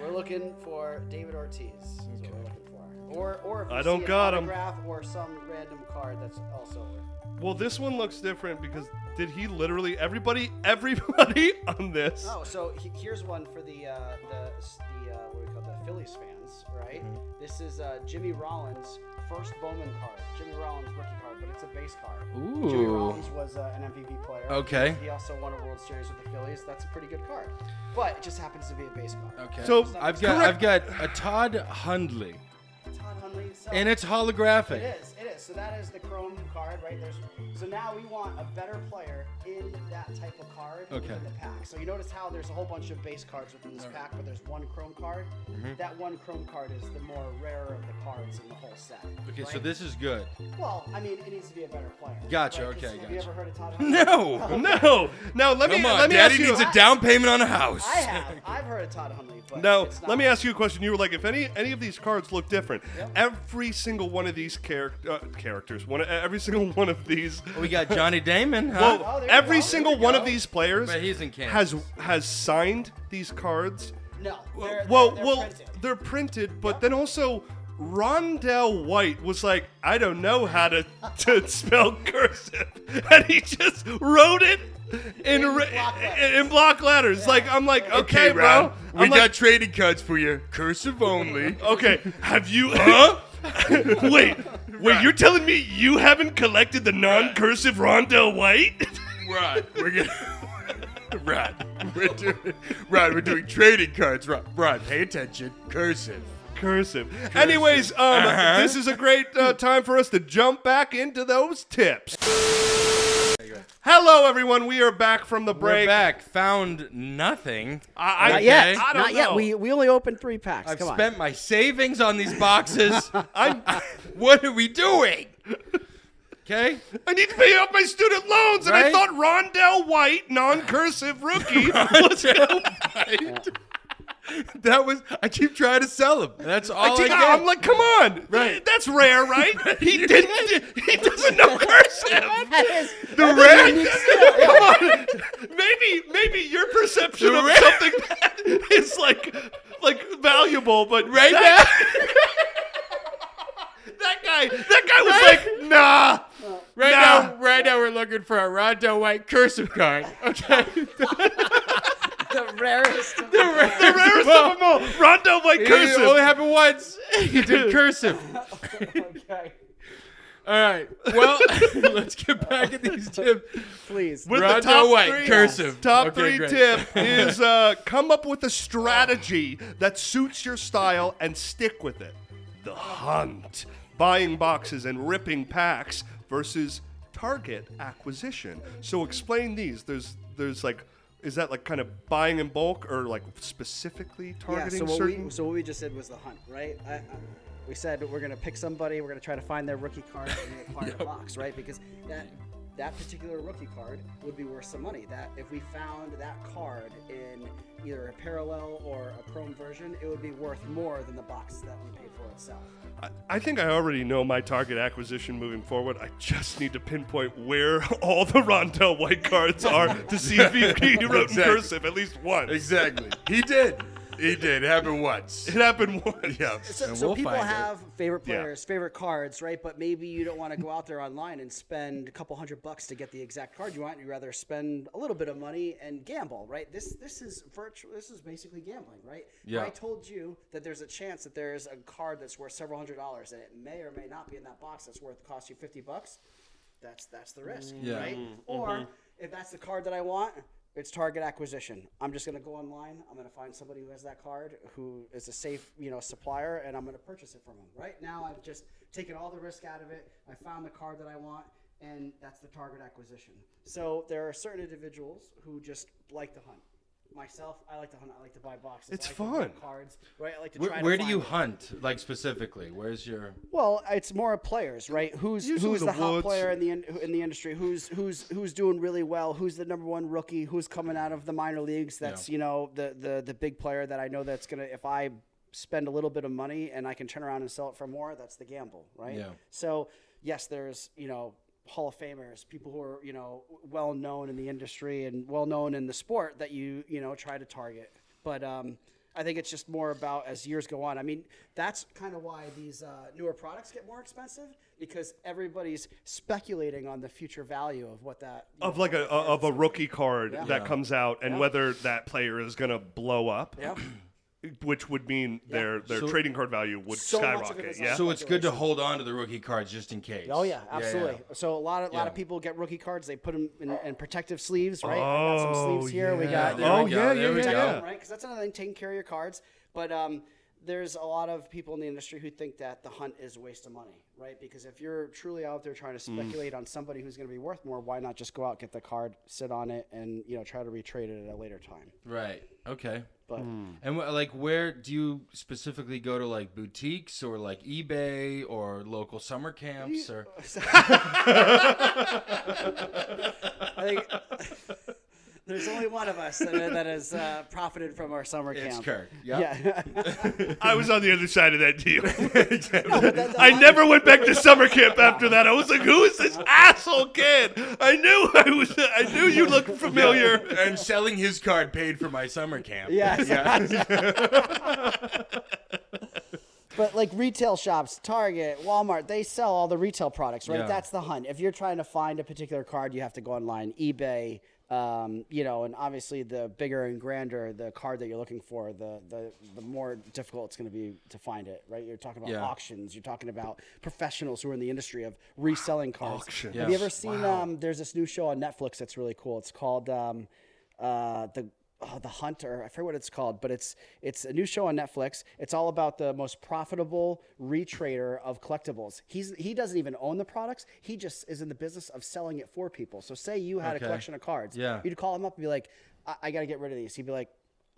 S3: we're looking for David Ortiz. Is what we're looking for. Or or if we
S2: I don't
S3: see an
S2: got 'em.
S3: autograph or some random card that's also.
S2: Well, this one looks different because did he literally everybody everybody on this?
S3: Oh, so he, here's one for the uh, the s- the uh, what do we call it, the Phillies fans, right?
S1: Mm-hmm.
S3: This is uh, Jimmy Rollins' first Bowman card. Jimmy Rollins rookie card, but it's a base card. Jimmy
S1: Ooh.
S3: Rollins was uh, an MVP player.
S1: Okay.
S3: He also won a World Series with the Phillies. That's a pretty good card, but it just happens to be a base card.
S1: Okay.
S2: So,
S1: I've got
S2: correct-
S1: I've got a Todd Hundley,
S3: Todd Hundley. So
S1: and it's
S3: It
S1: holographic.
S3: is. It is. So that is the Chrome card, right? There's. So now we want a better player in that type of card
S1: Okay.
S3: in the pack. So you notice how there's a whole bunch of base cards within this pack, but there's one Chrome card.
S2: Mm-hmm.
S3: That one Chrome card is the more rarer of the cards in the whole set.
S1: Okay, so
S3: right?
S1: this is good.
S3: Well, I mean, it needs to be a better player.
S1: Gotcha,
S3: 'Cause
S1: okay,
S3: Have you
S1: gotcha.
S3: ever heard of Todd? Huntley?
S1: No.
S2: No. Now let
S1: Come
S2: me
S1: on,
S2: let me
S1: Daddy
S2: ask you
S1: needs a down payment on a house.
S3: I have. I've heard of Todd Hundley, but
S2: Now,
S3: it's
S2: let
S3: not-
S2: me ask you a question. You were like, if any any of these cards look different, every single one of these char- uh, characters, one every single one of these,
S1: We got Johnny Damon, huh?
S2: well,
S3: Oh, there you
S2: every
S3: go,
S2: single
S3: there you
S2: one
S3: go.
S2: of these players
S1: But he's in Kansas.
S2: has has signed these cards.
S3: No.
S2: Well,
S3: they're-
S2: well,
S3: they're
S2: well,
S3: printed.
S2: they're printed, but then also Rondell White was like, I don't know how to, to spell cursive, and he just wrote it in
S3: In
S2: ra-
S3: block letters.
S2: in block letters. Like I'm like, okay, bro,
S4: Ron, we
S2: I'm
S4: got
S2: like,
S4: trading cards for you. Cursive only.
S2: Okay, have you? Huh? wait, wait. You're telling me you haven't collected the non-cursive Rondell White?
S4: Rod, we're gonna. Rod, we're doing. Rod, we're doing trading cards. Rod, Rod, pay attention. Cursive.
S2: cursive. Anyways, um, this is a great uh, time for us to jump back into those tips. Hello, everyone. We are back from the
S1: We're
S2: break.
S1: back. Found nothing.
S2: I, I-
S1: Not
S3: Yet,
S2: I don't
S3: not yet.
S2: know.
S3: We we only opened three packs.
S1: I've
S3: Come on.
S1: spent my savings on these boxes.
S2: I'm-
S1: what are we doing? Okay.
S2: I need to pay off my student loans, and I
S1: Right?
S2: thought Rondell White, non-cursive rookie, was
S1: That was. I keep trying to sell them. That's all I,
S2: Like,
S1: get.
S2: I'm like, come on,
S1: Right.
S2: That's rare, right? He didn't. He doesn't know cursive.
S3: That is-
S2: The rare. come on. Maybe, maybe your perception of
S1: rare-
S2: something bad is like, like valuable, but
S1: right
S2: that, that guy, that guy was like, nah.
S1: now, right
S2: Nah.
S1: now, right now, we're looking for a Rondo White cursive card. Okay.
S3: the rarest. Of the
S1: rarest
S2: The rarest of them all. Rondo by
S1: Cursive. It only
S2: cursive.
S1: happened once. He did cursive.
S3: okay.
S1: All right. Well, let's get back at these tips.
S3: Please.
S2: With
S1: Rondo White, cursive.
S2: Top
S1: Okay,
S2: three
S1: great.
S2: tip is uh, come up with a strategy that suits your style and stick with it. The hunt, buying boxes and ripping packs versus target acquisition. So explain these. There's there's like, is that like kind of buying in bulk or like specifically
S3: Yeah,
S2: targeting
S3: so what,
S2: certain?
S3: we, so what we just did was the hunt, right? I, I, we said we're going to pick somebody, we're going to try to find their rookie card and acquire the box, right? Because that that particular rookie card would be worth some money. That if we found that card in either a parallel or a chrome version, it would be worth more than the box that we paid for itself.
S2: I- I think I already know my target acquisition moving forward. I just need to pinpoint where all the Rondell White cards are to see if he, he wrote in
S4: Exactly.
S2: cursive at least once.
S4: Exactly. He did. He did. It happened once.
S2: It happened once.
S4: Yeah.
S3: So,
S1: And
S3: so
S1: we'll
S3: people
S1: find it.
S3: have favorite
S2: Yeah.
S3: players, favorite cards, right? But maybe you don't want to go out there online and spend a couple hundred bucks to get the exact card you want. You'd rather spend a little bit of money and gamble, right? This this is virtual. This is basically gambling, right? If
S1: Yeah.
S3: I told you that there's a chance that there's a card that's worth several hundred dollars, and it may or may not be in that box that's worth cost you fifty bucks. That's that's the risk, right? Or if that's the card that I want, it's target acquisition. I'm just gonna go online. I'm gonna find somebody who has that card, who is a safe, you know, supplier, and I'm gonna purchase it from them. Right now, I've just taken all the risk out of it. I found the card that I want, and that's the target acquisition. So there are certain individuals who just like to hunt Myself, I like to hunt. I like to buy boxes.
S2: It's
S3: I like to rip
S2: fun.
S3: Cards, right? I like to
S1: Where,
S3: try to
S1: where do
S3: find
S1: you
S3: it.
S1: hunt, like specifically? Where's your?
S3: Well, it's more players, right? Who's
S2: Usually
S3: who's
S2: the
S3: the, hot
S2: woods.
S3: player in the in, in the industry? Who's who's who's doing really well? Who's the number one rookie? Who's coming out of the minor leagues? That's you know the the the big player that I know that's gonna if I spend a little bit of money and I can turn around and sell it for more. That's the gamble, right?
S1: Yeah.
S3: So yes, there's you know Hall of Famers, people who are you know well known in the industry and well known in the sport that you you know try to target. But um, I think it's just more about as years go on. I mean, that's kind of why these uh, newer products get more expensive because everybody's speculating on the future value of what that you
S2: of
S3: know,
S2: like a, a of a rookie card that
S1: Yeah.
S2: comes out and whether that player is going to blow up.
S3: Yeah.
S2: Which would mean their their
S1: So-
S2: trading card value would
S3: So much of it
S2: skyrocket.
S3: is
S2: Yeah.
S1: So it's good to hold on to the rookie cards just in case.
S3: Oh yeah, absolutely. So a lot of lot of
S1: Yeah.
S3: people get rookie cards. They put them in, in protective sleeves, right? I got some sleeves here. We
S2: yeah.
S3: got
S1: there
S2: oh
S1: we go,
S2: yeah,
S1: there
S2: yeah,
S1: we go.
S2: yeah, yeah.
S3: right? Because that's another thing, taking care of your cards. But um, there's a lot of people in the industry who think that the hunt is a waste of money, right? Because if you're truly out there trying to speculate on somebody who's going to be worth more, why not just go out, get the card, sit on it, and you know try to retrade it at a later time?
S1: Right. Okay. Hmm.
S3: But
S1: And wh- like, where do you specifically go to, like boutiques or like eBay or local summer camps or?
S3: I think there's only one of us that, that has uh, profited from our summer
S1: It's
S3: camp.
S1: Kirk. Yep.
S3: Yeah.
S2: I was on the other side of that deal.
S3: that's
S2: I
S3: fine.
S2: never went back to summer camp after that. I was like, "Who is this asshole kid?" I knew I was. I knew you looked familiar.
S1: and selling his card paid for my summer camp.
S3: Yes. but like retail shops, Target, Walmart, they sell all the retail products, right?
S1: Yeah.
S3: That's the hunt. If you're trying to find a particular card, you have to go online, eBay, um, you know, and obviously the bigger and grander the card that you're looking for, the the, the more difficult it's going to be to find it, right? You're talking about
S1: Yeah.
S3: auctions, you're talking about professionals who are in the industry of reselling cards.
S2: Auctions.
S3: Have you ever seen? Um, there's this new show on Netflix that's really cool. It's called um, uh, the oh, the Hunter. I forget what it's called, but it's it's a new show on Netflix. It's all about the most profitable retrader of collectibles. He's he doesn't even own the products. He just is in the business of selling it for people. So say you had
S1: Okay.
S3: a collection of cards.
S1: Yeah.
S3: You'd call him up and be like, I, I got to get rid of these. He'd be like.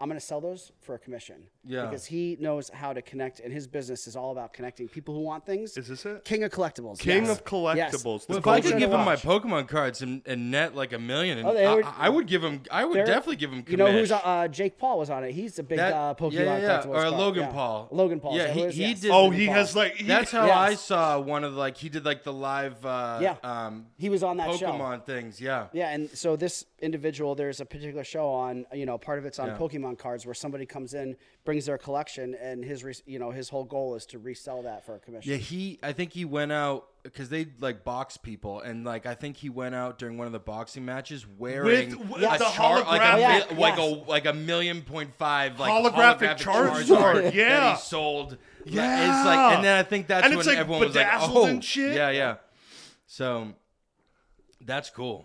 S3: I'm gonna sell those for a commission.
S1: Yeah.
S3: Because he knows how to connect, and his business is all about connecting people who want things.
S2: Is this it?
S3: King of collectibles.
S2: King
S3: yes.
S2: of collectibles.
S3: Yes.
S2: The
S1: Well, if I
S3: Culture
S1: could
S3: to
S1: give him my
S3: watch.
S1: Pokemon cards and, and net like a million, and
S3: Oh, they
S1: I,
S3: would-
S1: I- I would give him. I would
S3: There-
S1: definitely give him. Commish.
S3: You know who's on- uh, Jake Paul was on it. He's a big
S1: That-
S3: uh, Pokemon
S1: yeah, yeah, yeah.
S3: collectibles
S1: Or
S3: guy.
S1: Logan
S3: Yeah.
S1: Paul.
S3: Logan Paul. is
S1: Yeah,
S3: that
S1: he-
S3: who it is?
S1: he
S3: Yes.
S1: did-
S2: Oh, he has like. He,
S1: That's how
S3: Yes.
S1: I saw one of the, like he did like the live uh,
S3: Yeah.
S1: um,
S3: He was on that show.
S1: Pokemon things. Yeah.
S3: Yeah, and so this individual, there's a particular show on, you know, part of it's on
S1: Yeah.
S3: Pokemon cards where somebody comes in, brings their collection, and his, re- you know, his whole goal is to resell that for a commission.
S1: Yeah, he. I think he went out because they like box people, and like I think he went out during one of the boxing matches wearing
S2: with
S1: a
S2: the
S1: chart, like a,
S3: holographic-
S1: mil- like
S3: yes.
S1: a like a million point five like
S2: Holographic
S1: charge
S2: Charizard, yeah.
S1: that he sold.
S2: Yeah.
S1: it's like, and then I think that's
S2: And
S1: when
S2: it's, like,
S1: everyone was like,
S2: bedazzled
S1: oh,
S2: and shit.
S1: yeah, yeah. So that's cool.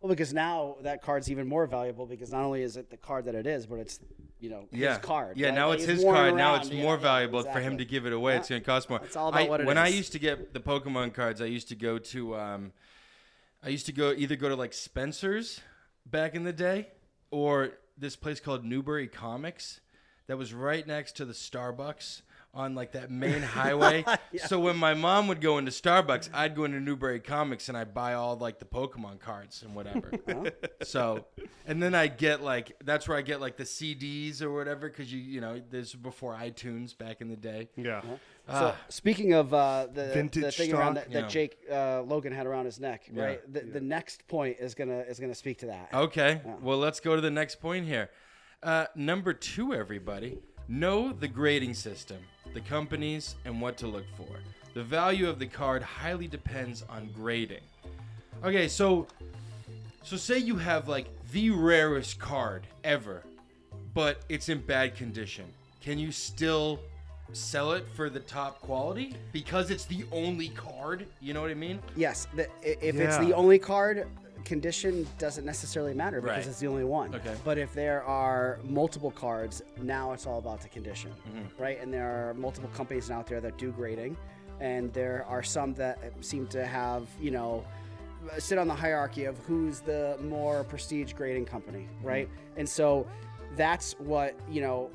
S3: Well, because now that card's even more valuable because not only is it the card that it is, but it's, you know,
S1: Yeah,
S3: his card.
S1: Yeah,
S3: right?
S1: now
S3: Like,
S1: it's
S3: he's
S1: his
S3: worn
S1: card. now
S3: around,
S1: it's
S3: yeah,
S1: more
S3: yeah,
S1: valuable for him
S3: exactly.
S1: to give it away. It's going to cost more.
S3: It's all about
S1: I-
S3: what it
S1: When I
S3: is.
S1: used to get the Pokemon cards, I used to go to, um, I used to go either go to like Spencer's back in the day, or this place called Newbury Comics, that was right next to the Starbucks on like that main highway. So when my mom would go into Starbucks, I'd go into Newbury Comics and I'd buy all like the Pokemon cards and whatever. So, and then I get like that's where I get like the CDs or whatever because you you know this was before iTunes back in the day.
S2: yeah.
S3: So
S1: ah.
S3: speaking of uh, the the
S2: Vintage
S3: thing around
S2: stock.
S3: that, that
S1: Yeah.
S3: Jake uh, Logan had around his neck, right?
S1: Yeah.
S3: The, the next point is gonna is gonna speak to that.
S1: Okay, well let's go to the next point here. Uh, number two, everybody know the grading system, the companies, and what to look for. The value of the card highly depends on grading. Okay, so so say you have like the rarest card ever, but it's in bad condition. Can you still sell it for the top quality because it's the only card? You know what I mean?
S3: Yes, the, i- if it's
S2: Yeah.
S3: the only card, condition doesn't necessarily matter because
S1: Right.
S3: it's the only one.
S1: Okay.
S3: But if there are multiple cards, now it's all about the condition,
S1: Mm-hmm.
S3: right? And there are multiple companies out there that do grading, and there are some that seem to have you know sit on the hierarchy of who's the more prestige grading company,
S1: Mm-hmm.
S3: right? And so that's what, you know,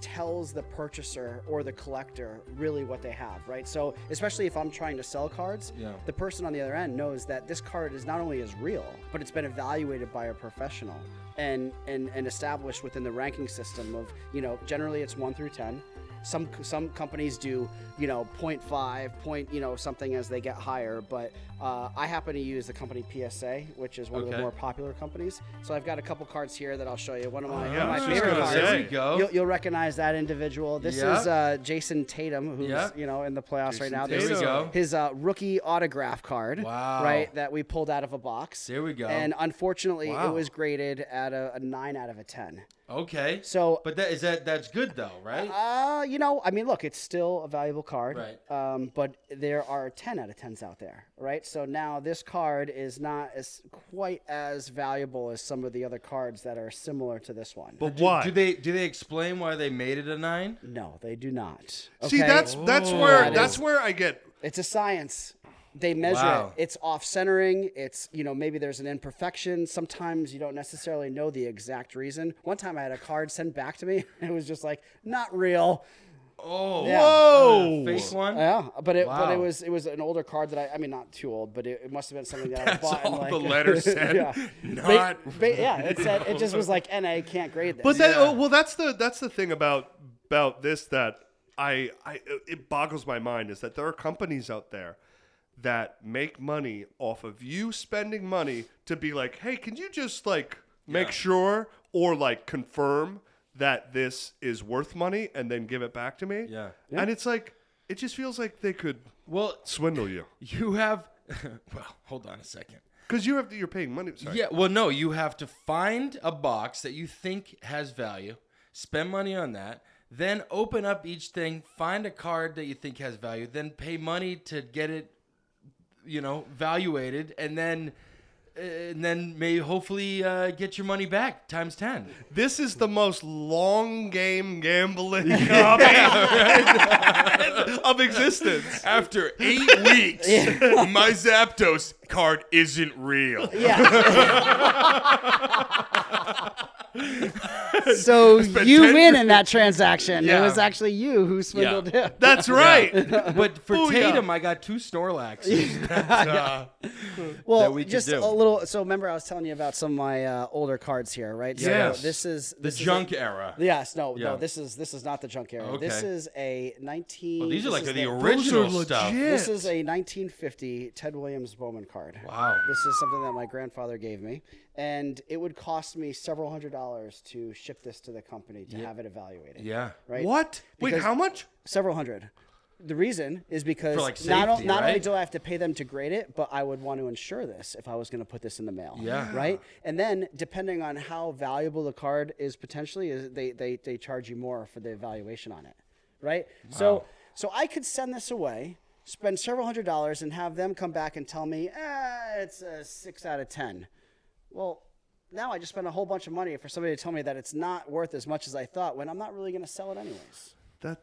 S3: tells the purchaser or the collector really what they have, right? So, especially if I'm trying to sell cards,
S1: Yeah.
S3: the person on the other end knows that this card is not only is real, but it's been evaluated by a professional and and and established within the ranking system of, you know, generally it's 1 through 10. Some some companies do, you know, 0.5, point, you know, something as they get higher, but uh, I happen to use the company PSA, which is one of the
S1: Okay.
S3: more popular companies. So I've got a couple cards here that I'll show you. One of my,
S2: Oh, yeah, I
S3: one
S2: was
S3: of my
S2: just
S3: favorite
S2: gonna
S3: cards.
S2: say.
S1: There we go.
S3: You'll, you'll recognize that individual. This
S1: Yeah.
S3: is uh, Jason Tatum, who's
S1: Yeah.
S3: you know in the playoffs right now. This
S1: Tatum.
S3: is
S1: There we go.
S3: his uh, rookie autograph card.
S1: Wow.
S3: Right, that we pulled out of a box.
S1: There we go.
S3: And unfortunately, it
S1: Wow.
S3: was graded at a, a nine out of a ten.
S1: Okay.
S3: So-
S1: but that is that that's good though, right?
S3: Uh, you know, I mean, look, it's still a valuable card.
S1: Right.
S3: Um, but there are 10 out of 10s out there, right? So now this card is not as quite as valuable as some of the other cards that are similar to this one.
S2: But why?
S1: Do they do they explain why they made it a nine?
S3: no, they do not.
S2: See,
S3: okay?
S2: that's that's
S1: Oh.
S2: where that's where I get.
S3: It's a science. They measure
S1: Wow.
S3: it. It's off centering. It's, you know, maybe there's an imperfection. Sometimes you don't necessarily know the exact reason. One time I had a card sent back to me and it was just like, not real.
S1: Oh,
S3: Yeah. Uh,
S2: Oh,
S1: fake one.
S3: Yeah. But it, but it
S1: Wow.
S3: was, it was an older card that I, I mean, not too old, but it, it must have been something that I
S4: That's
S3: bought. in,
S4: all
S3: like,
S4: the letter said.
S3: yeah. Ba-
S4: Not
S3: ba- yeah. It said, it just was like, NA can't grade this.
S2: But that oh, well, that's the that's the thing about about this that I I it boggles my mind is that there are companies out there that make money off of you spending money to be like, hey, can you just like make sure or like confirm that this is worth money and then give it back to me?
S1: Yeah.
S2: and it's like it just feels like they could
S1: Well,
S2: swindle you
S1: you have. Well, hold on a second.
S2: because you have you're paying money. Sorry.
S1: Yeah. Well, no, you have to find a box that you think has value, spend money on that, then open up each thing, find a card that you think has value, then pay money to get it, you know, valuated, and then. uh, And then may hopefully uh, get your money back times ten.
S2: This is the most long game gambling hobby of existence.
S4: After eight weeks, my Zapdos card isn't real.
S3: Yeah. so you
S4: ten-
S3: win in that transaction. It
S4: Yeah.
S3: was actually you who swindled him.
S2: That's right.
S1: But for
S2: Booyah.
S1: Tatum, I got two Snorlaxes.
S3: well,
S1: that we could
S3: just
S1: do.
S3: a little. So remember, I was telling you about some of my uh, older cards here, right?
S1: Yes.
S3: So this is
S1: the
S3: this is a-
S1: junk era.
S3: Yes, no,
S1: Yeah.
S3: no. This is this is not the junk era. This
S1: Okay.
S3: is a nineteen.
S1: These are
S3: this
S1: like
S3: is
S1: the original stuff.
S3: This is a 1950 Ted Williams Bowman card.
S1: Wow.
S3: This is something that my grandfather gave me, and it would cost me several hundred dollars to ship this to the company to have it evaluated.
S1: Yeah.
S3: Right.
S2: What? Wait,
S3: Because-
S2: how much?
S3: Several hundred. The reason is because
S1: For, like,
S3: not,
S1: safety,
S3: not only
S1: right?
S3: do I have to pay them to grade it, but I would want to insure this if I was going to put this in the mail.
S1: Yeah.
S3: Right. And then depending on how valuable the card is potentially, is they they they charge you more for the evaluation on it. Right. So so I could send this away, spend several hundred dollars, and have them come back and tell me, eh, it's a six out of ten. Well. Now I just spent a whole bunch of money for somebody to tell me that it's not worth as much as I thought when I'm not really going to sell it anyways.
S2: That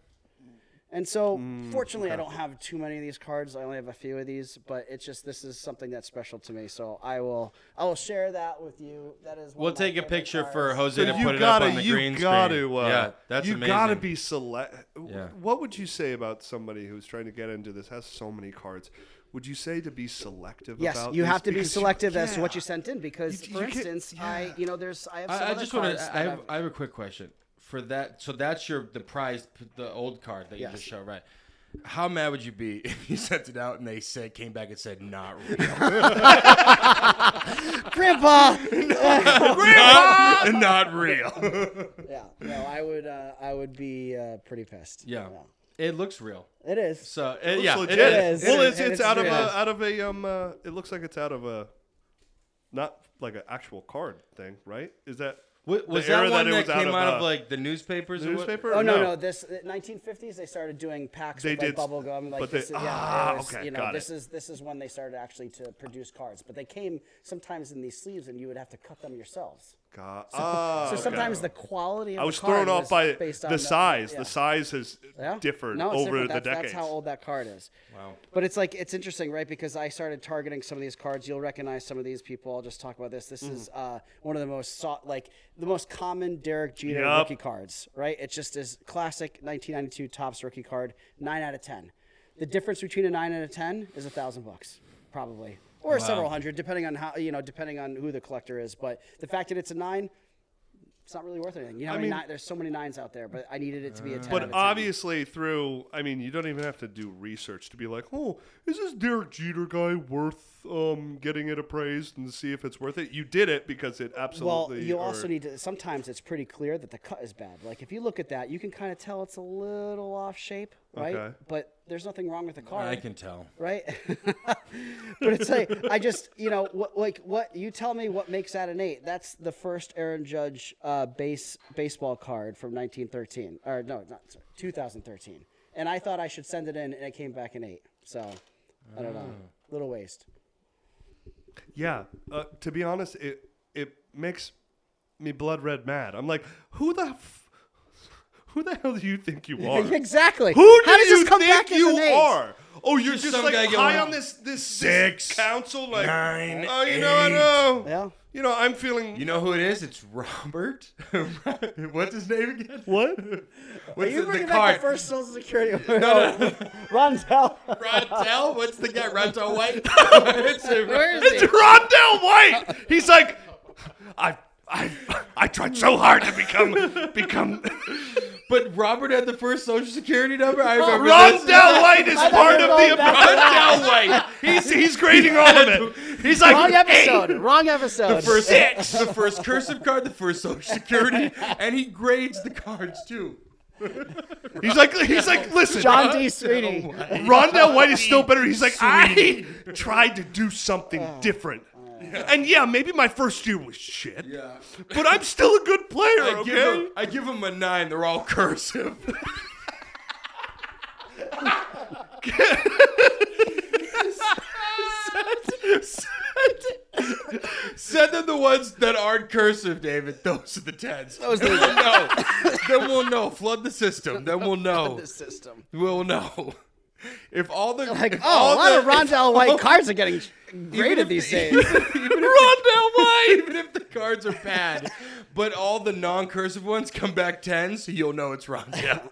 S3: And so, fortunately, I don't have too many of these cards. I only have a few of these, but it's just this is something that's special to me. So I will, I will share that with you. That is. one
S1: We'll
S3: of my
S1: take a
S3: favorite
S1: picture for
S3: cards.
S1: Jose to
S2: you
S1: put it
S2: gotta,
S1: up on the
S2: you
S1: green
S2: gotta,
S1: screen.
S2: Uh,
S1: yeah, that's
S2: you
S1: amazing.
S2: gotta be select.
S1: Yeah.
S2: What would you say about somebody who's trying to get into this has so many cards? Would you say to be selective?
S3: Yes,
S2: about
S3: you
S2: these?
S3: have to be
S2: Because you-
S3: selective as to what
S2: yeah.
S3: you sent in because,
S2: You-
S3: for
S2: you can't-
S3: instance, I, you know, there's I have some
S1: I, I
S3: other
S1: just want
S3: cards.
S1: to.
S3: that
S1: I have,
S3: I've-
S1: I have a quick question for that. So that's your the prized the old card that you just showed, right? How mad would you be if you sent it out and they said came back and said not real,
S3: Grandpa.
S4: Not, not real.
S3: yeah, no, I would, uh, I would be uh, pretty pissed.
S1: yeah. It looks real.
S3: it is.
S1: So it,
S2: Looks
S1: yeah,
S2: legit.
S1: it is.
S3: is.
S2: Well,
S3: It
S2: it's,
S3: is.
S2: it's out of a
S3: It is.
S2: out of a um. Uh, it looks like it's out of a, not like an actual card thing, right? Is that
S1: Wa- Was
S2: the
S1: that
S2: era
S1: one
S2: it
S1: that,
S2: was
S1: came out of
S2: uh,
S1: like the newspapers?
S2: the
S1: or what?
S2: newspaper?
S3: Oh no,
S2: no,
S3: no, this 1950s they started doing packs
S2: They
S3: with
S2: did-
S3: like bubble gum like
S2: but they-
S3: this is, yeah,
S2: ah,
S3: it was,
S2: okay,
S3: you know
S2: got
S3: this
S2: it.
S3: is this is when they started actually to produce cards but they came sometimes in these sleeves and you would have to cut them yourselves.
S2: God. Ah,
S3: So
S2: okay.
S3: sometimes the quality of
S2: I was
S3: the card
S2: thrown off
S3: was
S2: by
S3: based on
S2: the size.
S3: yeah.
S2: The size has
S3: Yeah.
S2: differed
S3: No, it's
S2: over
S3: different.
S2: the
S3: that's,
S2: decades.
S3: That's how old that card is. Wow. But it's like it's interesting, right? Because I started targeting some of these cards. You'll recognize some of these people. I'll just talk about this. This is
S2: Mm.
S3: uh, one of the most sought, like the most common Derek Jeter
S2: Yep.
S3: rookie cards, right? It's just this classic 1992 Topps rookie card, nine out of ten. The difference between a nine and a ten is a thousand bucks, probably, or several hundred, depending on how you know, depending on who the collector is. But the fact that it's a nine. It's not really worth anything. You know, how many
S2: mean- Uh,
S3: nine, there's so many nines out there, but I needed it to be a ten. out of
S2: But
S3: 10.
S2: obviously, through I mean, you don't even have to do research to be like, oh, is this Derek Jeter guy worth um, getting it appraised and see if it's worth it? You did it because it
S3: Well,
S2: absolutely.
S3: you also
S2: or-
S3: need to. Sometimes it's pretty clear that the cut is bad. Like if you look at that, you can kind of tell it's a little off shape, right?
S2: Okay.
S3: But there's nothing wrong with the card,
S1: I can tell.
S3: right? but it's like I just, you know, what, like what you tell me what makes that an eight? That's the first Aaron Judge uh, base baseball card from 1913, or no, not sorry, 2013. And I thought I should send it in, and it came back an eight. So I don't know, little waste.
S2: Yeah. Uh, to be honest, it it makes me blood red mad. I'm like, who the f- who the hell do you think you are?
S3: Exactly.
S2: Who do
S3: How does
S2: you
S3: this come
S2: think
S3: back as
S2: you
S3: an eight?
S2: are? Oh, you're
S1: Just
S2: just,
S1: some
S2: like
S1: guy
S2: high
S1: going,
S2: on this this
S1: "Six,
S2: council, like
S1: nine,
S2: Oh, you know, I
S1: eight."
S2: know.
S3: Yeah.
S2: You know, I'm feeling.
S1: You know who it is? It's Robert. What's his name again?
S2: what?
S1: What's
S3: You
S1: the-
S3: bringing
S1: the
S3: back
S1: card?
S3: the first Social Security? No, no, Rondell.
S1: Rontel? What's the guy? Rontel White? It's a-
S3: Where is he?
S2: Rondell White. He's like, I, I, I tried so hard to become become.
S1: But Robert had the first social security number. I remember this.
S2: Rondell White is part
S3: you
S2: of
S3: were
S2: the
S3: going back to
S2: Rondell White. He's he's grading all of it. He's like
S3: Wrong episode.
S2: "Hey,
S3: Wrong episode.
S1: First, the first cursive card, the first social security, and he grades the cards too.
S2: He's like he's like listen.
S3: John D. Sweeney.
S2: Rondell White is still better. He's like I tried to do something different. And yeah, maybe my first year was shit,
S1: Yeah.
S2: but I'm still a good player.
S1: I,
S2: okay,
S1: give him, I give him a nine. They're all cursive. send, send, send them the ones that aren't cursive, David. Those are the tens. Those then we'll know. then we'll know. Flood the system. Then we'll know.
S3: This system.
S1: We'll know. If all the
S3: Like,
S1: if
S3: oh, a
S1: all
S3: lot
S1: the,
S3: of Rondell White cards are getting graded
S1: if-
S3: these
S1: Even,
S3: days.
S1: if- even if, even if the cards are bad, but all the non-cursive ones come back tens, you'll know it's Rondell.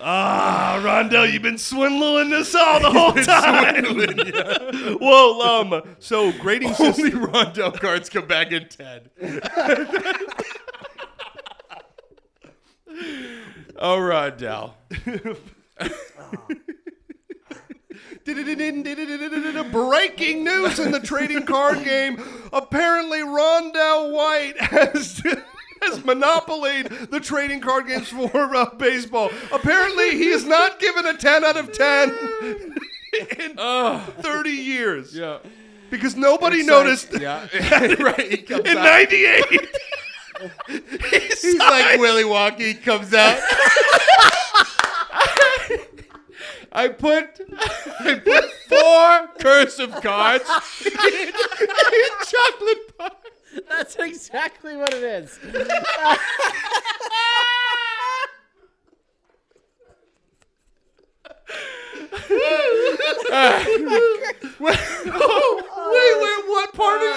S2: Ah, Rondell, you've been swindling us all the whole time. well, um, so grading
S1: Only
S2: system.
S1: Rondell cards come back in ten. oh, Rondell.
S2: Breaking news in the trading card game. Apparently, Rondell White has. Has monopolied the trading card games for uh, baseball. Apparently, he is not given a 10 out of 10 in 30 years
S1: Yeah.
S2: because nobody
S1: It's
S2: noticed
S1: Like, yeah. right. He comes
S2: in
S1: out.
S2: 98.
S1: He's like Willy Wonka. He comes out. I put I put four cursive cards in, in chocolate pie.
S3: That's exactly what it is.
S2: wait, wait, what part of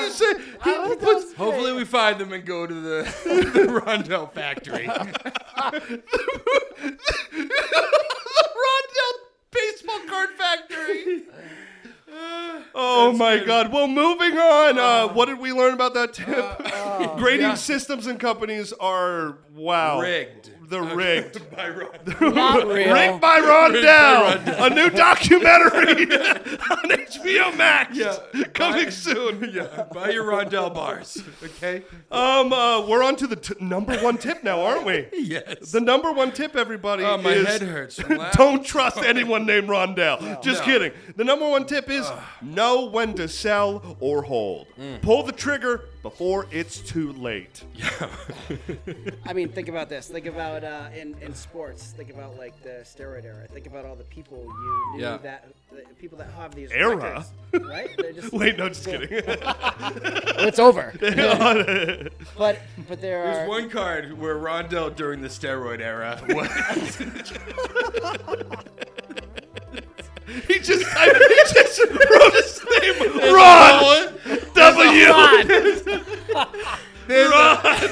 S2: this?
S1: Hopefully, we find them and go to the, the Rondell factory.
S2: Rondell baseball card factory. oh my God! Well, moving on. Uh, what did we learn about that tip? Grading systems and companies are wow
S1: Rigged.
S2: They're rigged.
S1: By Rondell.
S3: Not real.
S2: Rigged by Rondell. A new documentary on HBO Max
S1: Yeah.
S2: coming
S1: Bye.
S2: soon.
S1: Yeah, buy your Rondell bars, okay?
S2: Um, uh, we're on to the t- number one tip now, aren't we?
S1: Yes.
S2: The number one tip, everybody.
S1: Oh, my
S2: is
S1: head hurts.
S2: Don't trust anyone named Rondell. Just
S1: No.
S2: kidding. The number one tip is know when to sell or hold.
S1: Mm.
S2: Pull the trigger before it's too late.
S3: I mean, think about this. Think about uh, in in sports. Think about like the steroid era. Think about all the people you knew
S1: Yeah.
S3: that the people that have these
S2: Era?
S3: records, right? They're just,
S2: Wait, no, just kidding.
S3: it's over. but but there are
S1: There's one card where Rondo during the steroid era.
S2: he just, I, he just wrote his name. Ron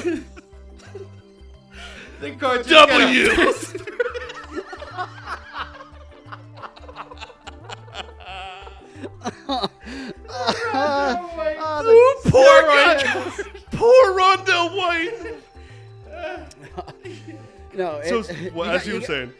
S2: W. Ron
S1: the card just got a-
S2: W.
S3: Oh, the-
S2: Poor guy. Poor Rondell White.
S3: no, it,
S2: So, well, as
S3: got-
S2: you were
S3: got-
S2: saying,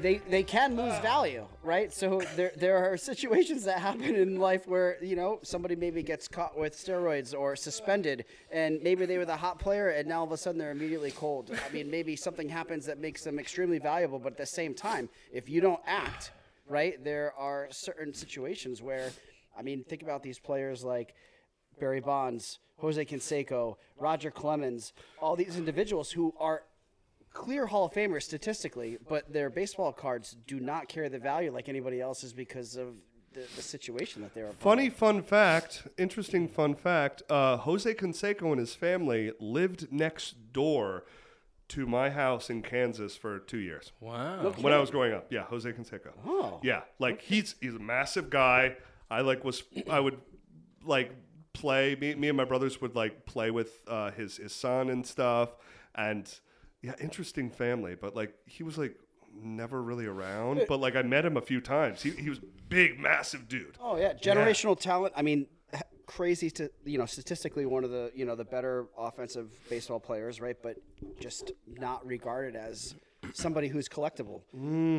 S3: they they can lose value, right? So there there are situations that happen in life where you know somebody maybe gets caught with steroids or suspended, and maybe they were the hot player, and now all of a sudden they're immediately cold. I mean, maybe something happens that makes them extremely valuable, but at the same time, if you don't act, right, there are certain situations where, I mean, think about these players like. Barry Bonds, Jose Canseco, Roger Clemens, all these individuals who are clear Hall of Famers statistically, but their baseball cards do not carry the value like anybody else's because of the, the situation that they're upon.
S2: funny fun fact, interesting fun fact. Uh, Jose Canseco and his family lived next door to my house in Kansas for two years.
S1: Wow.
S2: When I was growing up, yeah, Jose Canseco.
S3: Oh.
S2: yeah, like he's he's a massive guy. I like was I would like play me, me and my brothers would like play with uh, his his son and stuff, and yeah, interesting family. But like he was like never really around. But like I met him a few times. He he was big, massive dude.
S3: Oh yeah, generational talent. I mean, h- crazy to you know statistically one of the you know the better offensive baseball players, right? But just not regarded as somebody who's collectible.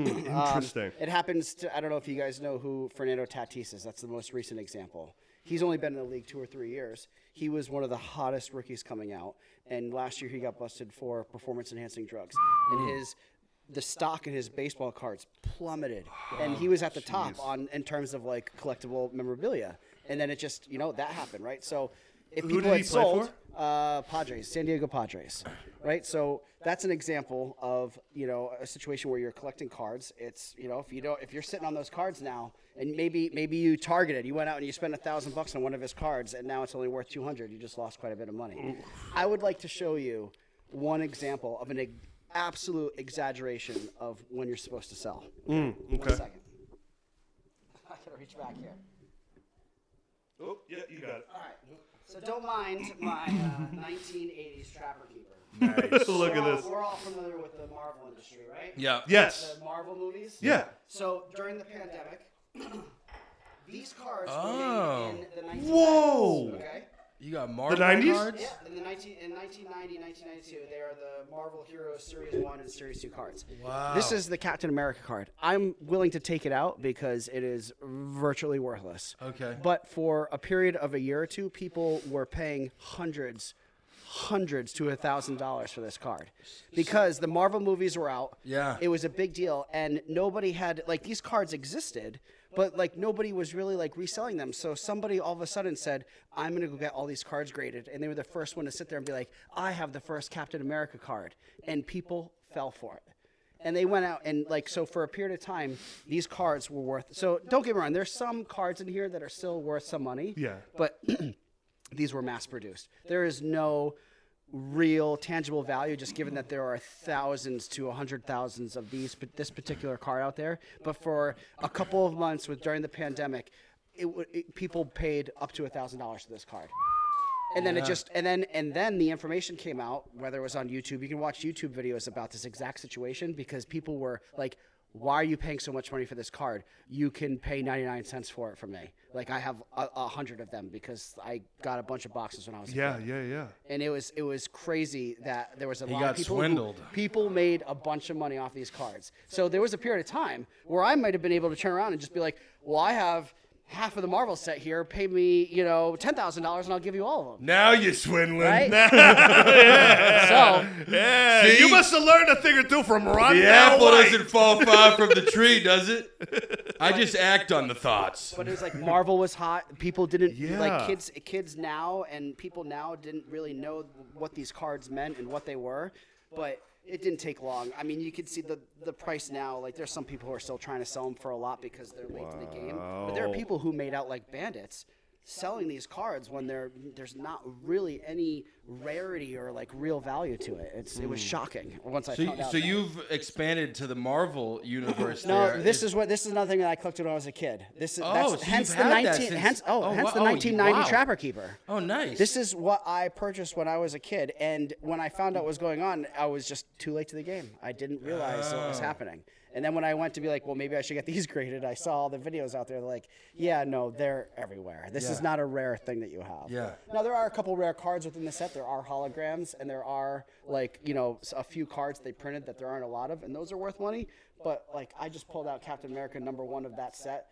S2: Interesting.
S3: It happens to I don't know if you guys know who Fernando Tatis is. That's the most recent example. He's only been in the league two or three years. He was one of the hottest rookies coming out, and last year he got busted for performance-enhancing drugs, and his the stock in his baseball cards plummeted, and he was at the top on in terms of like collectible memorabilia, and then it just you know that happened right. So if people
S2: did
S3: had
S2: he play
S3: sold,
S2: for?
S3: uh, Padres, San Diego Padres, right? So that's an example of you know a situation where you're collecting cards. It's you know if you don't if you're sitting on those cards now, and maybe maybe you targeted, you went out and you spent a thousand bucks on one of his cards, and now it's only worth two hundred. You just lost quite a bit of money. I would like to show you one example of an ex- absolute exaggeration of when you're supposed to sell. One
S2: okay.
S3: second. I gotta reach back here.
S2: Oh, yeah, you got it.
S3: All right. So don't mind my uh, 1980s trapper keeper.
S2: Look
S3: We're
S2: at
S3: all-
S2: this.
S3: We're all familiar with the Marvel industry, right?
S1: Yeah.
S2: Yes.
S3: The Marvel movies.
S2: Yeah.
S3: So during the pandemic, these cards
S1: Oh.
S3: were made in the 1990s.
S2: Whoa.
S3: Okay.
S1: You got Marvel
S2: 90s?
S1: cards?
S3: Yeah, in the 19 in 1990, 1992, they are the Marvel Heroes Series One and Series Two cards. Wow. This is the Captain America card. I'm willing to take it out because it is virtually worthless.
S1: Okay.
S3: But for a period of a year or two, people were paying hundreds. Hundreds to a thousand dollars for this card because the Marvel movies were out.
S1: Yeah.
S3: it was a big deal, and nobody had like these cards existed, but like nobody was really like reselling them. So somebody all of a sudden said, "I'm gonna go get all these cards graded," and they were the first one to sit there and be like, "I have the first Captain America card," and people fell for it. And they went out and like so for a period of time, these cards were worth. So don't get me wrong, there's some cards in here that are still worth some money.
S2: Yeah.
S3: but these were mass produced. There is no real tangible value just given that there are thousands to a hundred thousands of these but this particular card out there but for a couple of months with during the pandemic it, wa- it people paid up to a thousand dollars for this card and then it just and then and then the information came out whether it was on youtube you can watch youtube videos about this exact situation because people were like why are you paying so much money for this card you can pay 99 cents for it from me like i have a, a hundred of them because i got a bunch of boxes when i was a
S2: Yeah,
S3: kid.
S2: yeah, yeah.
S3: and it was it was crazy that there was a lot
S1: got
S3: of people who-
S1: swindled.
S3: people made a bunch of money off these cards so there was a period of time where i might have been able to turn around and just be like well i have half of the marvel set here pay me you know $10000 and i'll give you all of them
S4: Now you're swindling.
S3: right? so
S2: Yeah,
S4: See?
S2: you must have learned a thing or two from Ron.
S4: The apple
S2: White.
S4: doesn't fall far from the tree, does it?
S1: I just act on the thoughts.
S3: But it was like Marvel was hot. People didn't
S2: Yeah.
S3: like kids. Kids now and people now didn't really know what these cards meant and what they were. But it didn't take long. I mean, you could see the the price now. Like there's some people who are still trying to sell them for a lot because they're late to the game. But there are people who made out like bandits selling these cards when there there's not really any rarity or like real value to it. It's it was shocking once I
S1: So,
S3: found out.
S1: so
S3: that.
S1: you've expanded to the Marvel universe.
S3: No,
S1: there. Oh,
S3: this is what this is another thing that I collected when I was a kid. This is
S1: so
S3: that's,
S1: you've
S3: hence the
S1: had that
S3: 19
S1: since-
S3: hence oh,
S1: oh,
S3: hence
S1: wow,
S3: the
S1: oh, you-
S3: 1990
S1: wow.
S3: Trapper Keeper.
S1: Oh, nice.
S3: This is what I purchased when I was a kid and when I found out what was going on, I was just too late to the game. I didn't realize what was happening. And then when I went to be like, well, maybe I should get these graded, I saw all the videos out there like, yeah, no, they're everywhere. This is not a rare thing that you have.
S1: Yeah.
S3: Now there are a couple rare cards within the set. There are holograms, and there are like you know s- a few cards they printed that there aren't a lot of, and those are worth money. But like I just pulled out Captain America number one of that set.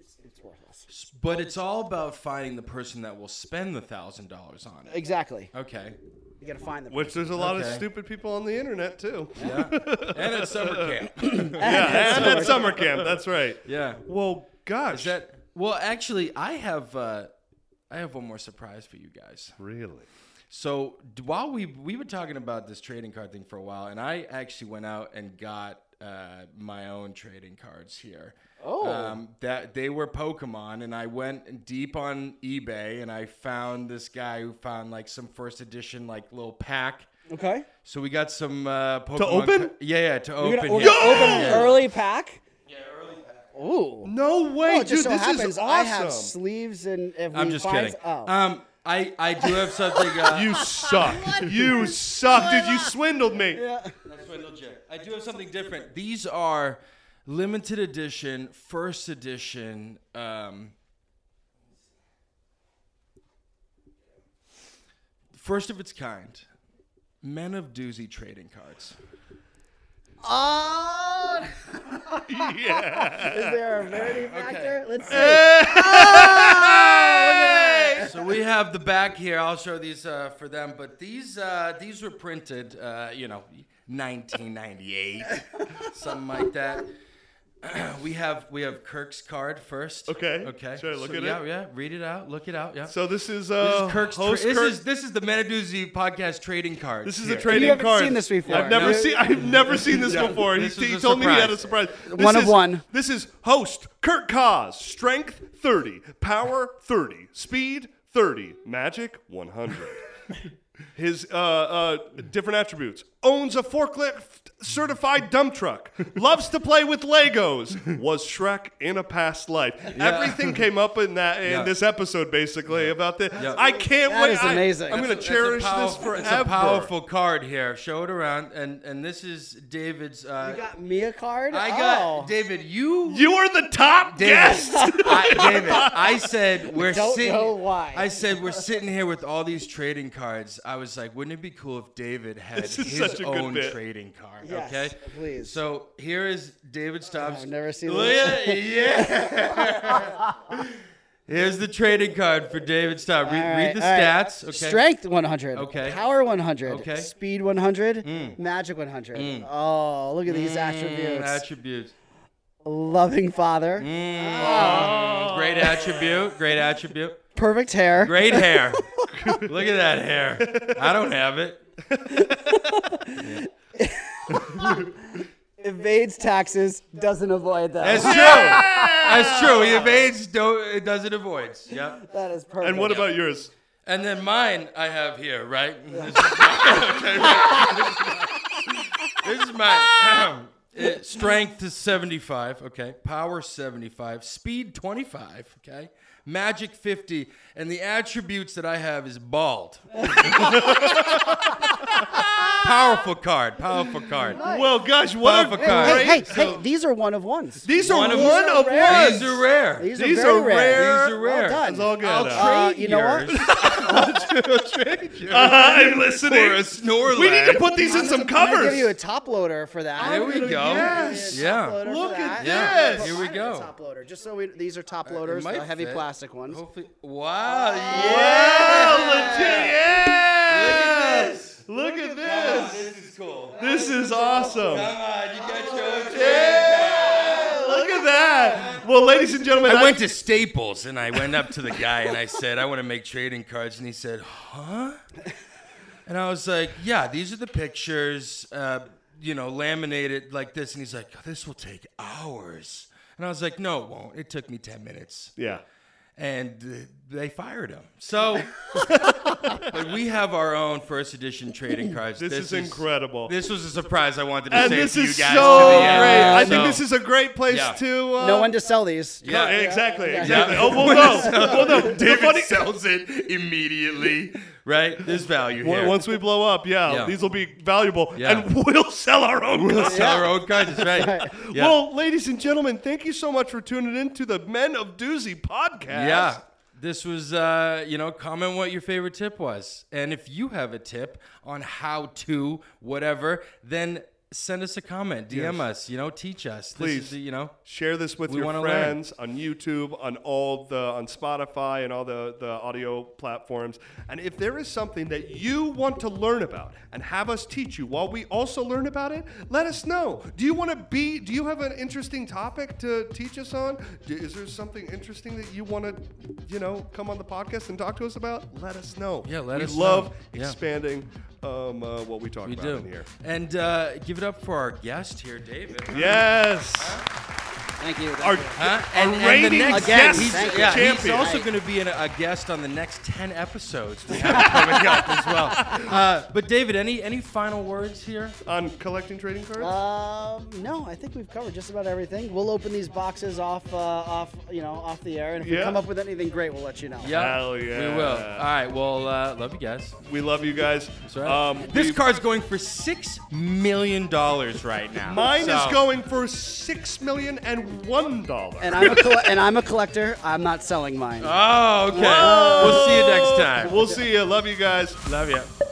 S3: It's, it's worthless.
S1: but it's all about finding the person that will spend the thousand dollars on it.
S3: Exactly.
S1: Okay.
S3: You gotta find them.
S2: Which there's a lot of
S1: Okay.
S2: stupid people on the internet too. Yeah,
S1: And at summer camp.
S2: and at summer camp, that's right.
S1: Yeah.
S2: Well, gosh,
S1: Is that well? Actually, I have uh, I have one more surprise for you guys.
S2: really?
S1: So d- while we we were talking about this trading card thing for a while, and I actually went out and got uh, my own trading cards here. Oh, um, that they were Pokemon, and I went deep on eBay and I found this guy who found like some first edition like little pack.
S3: Okay.
S1: So we got some uh, Pokemon
S2: open?
S1: ca- yeah, yeah, to
S3: We're
S1: open.
S3: gonna, we're
S1: yeah.
S3: gonna open an early pack. Yeah, early pack. Ooh.
S2: No way,
S3: oh, it
S2: dude!
S3: just so
S2: this
S3: happens
S2: is awesome.
S3: I have sleeves and if we
S1: I'm just
S3: find-
S1: kidding.
S3: Oh.
S1: Um, I I do have something. Uh,
S2: You suck. you suck, dude. You swindled me.
S1: That's right, little Jack. I do have something different. These are limited edition, first edition. Um, first of its kind. Men of Doozy trading cards.
S3: Oh,
S2: Yeah.
S3: is there a rarity factor? Let's see.
S1: So we have the back here. I'll show these uh, for them, but these uh, these were printed, uh, you know, 1998, something like that. we have we have Kirk's card first.
S2: Okay.
S1: Okay.
S2: Should I look
S1: So,
S2: at
S1: yeah,
S2: it?
S1: Yeah, Read it out. Look it out. Yeah.
S2: So this is
S1: This
S2: uh,
S1: is Kirk's. Tra-
S2: host
S1: this
S2: Kirk-
S1: is this is the Menaduzzi podcast trading card.
S2: This is a trading
S3: You haven't
S2: card.
S3: seen this before.
S2: I've never
S1: No.
S2: seen. I've never seen this before.
S1: This
S2: he
S1: is
S2: he
S1: a
S2: told me he had a surprise.
S1: surprise.
S2: This
S3: One of
S2: is-
S3: one.
S2: This is host Kurt Kaz. Strength thirty, power thirty, speed thirty, magic one hundred. His uh, uh, different attributes. Owns a forklift certified dump truck. Loves to play with Legos. Was Shrek in a past life. Everything came up in that in
S1: Yeah.
S2: this episode basically about this.
S1: Yeah.
S2: I can't
S3: That
S2: wait.
S3: is
S2: I-
S3: amazing.
S2: I'm gonna
S1: That's a
S2: cherish this
S1: powerful-
S2: forever.
S1: It's a powerful card here. Show it around, and and this is David's. Uh,
S3: You got me a card?
S1: I got
S3: Oh.
S1: David. You.
S2: You are the top
S1: David,
S2: guest.
S1: I, David, I said we're
S3: Don't
S1: sitting.
S3: know why.
S1: I said we're sitting here with all these trading cards. I was like, wouldn't it be cool if David had
S2: This is
S1: his
S2: such a good
S1: own
S2: bit.
S1: trading card?
S3: Yes,
S1: okay,
S3: please.
S1: So here is David Oh, Stobbs.
S3: I've never seen
S1: Look
S3: that.
S1: at- Yeah. Here's the trading card for David Stobbs. Read,
S3: All
S1: read
S3: right,
S1: the
S3: all right.
S1: stats. Okay.
S3: Strength 100.
S1: Okay.
S3: Power 100.
S1: Okay.
S3: Speed 100. Magic 100. Oh, look at these attributes.
S1: Attributes.
S3: Loving father.
S1: Great attribute. Great attribute.
S3: Perfect hair.
S1: Great hair. Look at that hair. I don't have it.
S3: Evades taxes. Doesn't avoid them.
S1: That's true. That's true. He evades, don't, it doesn't avoid. Yeah.
S3: that is perfect.
S2: and what about yours?
S1: And then mine I have here, right? This is, this is mine. Uh, Strength is 75, okay. Power 75, speed 25, okay. Magic 50, and the attributes that I have is bald. powerful card, powerful card.
S2: Well, gosh, what a
S1: Papa
S2: great.
S1: Kai.
S3: Hey, hey,
S2: so-
S3: hey, these are one of ones.
S2: these are
S1: One
S2: one
S1: of-
S2: of,
S1: These are
S3: rare.
S2: ones.
S1: These are rare.
S3: These
S2: These
S3: are very
S2: are rare.
S1: These are rare.
S3: Well done.
S2: It's all good.
S1: I'll
S2: Adam.
S3: Uh,
S1: trade
S3: you know what?
S1: yours
S2: I'm listening.
S1: for a Snorlax.
S2: we need to put these in
S3: I'm
S2: some
S3: gonna
S2: covers.
S3: give you a top loader for that.
S1: There we go.
S2: Yes.
S1: Yeah.
S2: Look at
S1: Yeah.
S2: this.
S1: Here we go. Uh,
S3: Top loader. Just so we, these are top
S1: It
S3: loaders,
S1: might
S3: the heavy
S1: fit.
S3: plastic ones.
S1: Hopefully, wow! Ah.
S2: Yeah,
S1: yeah.
S2: Oh, legit. Yeah.
S1: this.
S2: Look at this.
S1: This is cool.
S2: This is awesome.
S1: Come on, you got your own
S2: Look at that. Well, ladies and gentlemen,
S1: I
S2: that-
S1: went to Staples and I went up to the guy and I said, I want to make trading cards. And he said, Huh? And I was like, Yeah, these are the pictures, uh, you know, laminated like this. And he's like, This will take hours. And I was like, No, it won't. It took me 10 minutes.
S2: yeah.
S1: And uh, they fired him. So, but we have our own first edition trading cards.
S2: This is incredible.
S1: This was a surprise I wanted to
S2: And
S1: say
S2: this
S1: to you
S2: is so
S1: guys.
S2: great.
S1: to the end.
S2: I think
S1: So-
S2: this is a great place
S1: Yeah.
S2: to. Uh,
S3: No one to sell these.
S1: Yeah.
S2: Exactly. Exactly. Oh, well, no. well, no. The
S4: David
S2: funny-
S4: sells it immediately.
S1: right? There's value
S2: Well,
S1: here.
S2: Once we blow up, yeah,
S1: Yeah.
S2: these will be valuable,
S1: Yeah.
S2: and we'll sell our own. guns.
S1: Sell our own cards, that's right. Yeah.
S2: Well, ladies and gentlemen, thank you so much for tuning in to the Men of Doozy podcast.
S1: yeah. This was, uh, you know, comment what your favorite tip was. And if you have a tip on how to whatever, then send us a comment, DM us, you know, teach us. This
S2: Please.
S1: is, the- you know,
S2: Share this with
S1: We
S2: your
S1: wanna learn.
S2: friends on YouTube, on all the on Spotify and all the, the audio platforms. And if there is something that you want to learn about and have us teach you while we also learn about it, let us know. Do you want to be do you have an interesting topic to teach us on? Do- Is there something interesting that you want to, you know, come on the podcast and talk to us about? Let us know.
S1: Yeah, let
S2: we
S1: us know.
S2: love
S1: Yeah.
S2: expanding um, uh, what we talk
S1: we
S2: about
S1: do.
S2: in here.
S1: And uh, give it up for our guest here, David.
S2: Yes.
S3: Thank you.
S2: Our,
S1: Huh?
S2: our
S1: Uh, And, and the
S2: reigning
S1: next
S3: Again,
S2: guest
S1: he's,
S3: thank you.
S1: yeah, he's
S2: champion.
S1: also going to be in a, a guest on the next 10 episodes we have coming up as well. Uh, but, David, any, any final words here?
S2: on collecting trading cards.
S3: Um, no, I think we've covered just about everything. We'll open these boxes off, uh, off, you know, off the air, and if we
S2: Yeah.
S3: come up with anything great, we'll let you know.
S1: Yeah.
S2: Hell
S1: We
S2: yeah.
S1: will. All right. Well, uh, love you guys.
S2: we love you guys. Um,
S1: That's right. this
S2: we've-
S1: card's going for six million dollars right now.
S2: mine
S1: So-
S2: is going for six million and one dollar.
S3: And I'm a colle- and I'm a collector. I'm not selling mine.
S1: Oh, okay. We'll see you next time.
S2: We'll see you. Love you guys.
S1: Love you.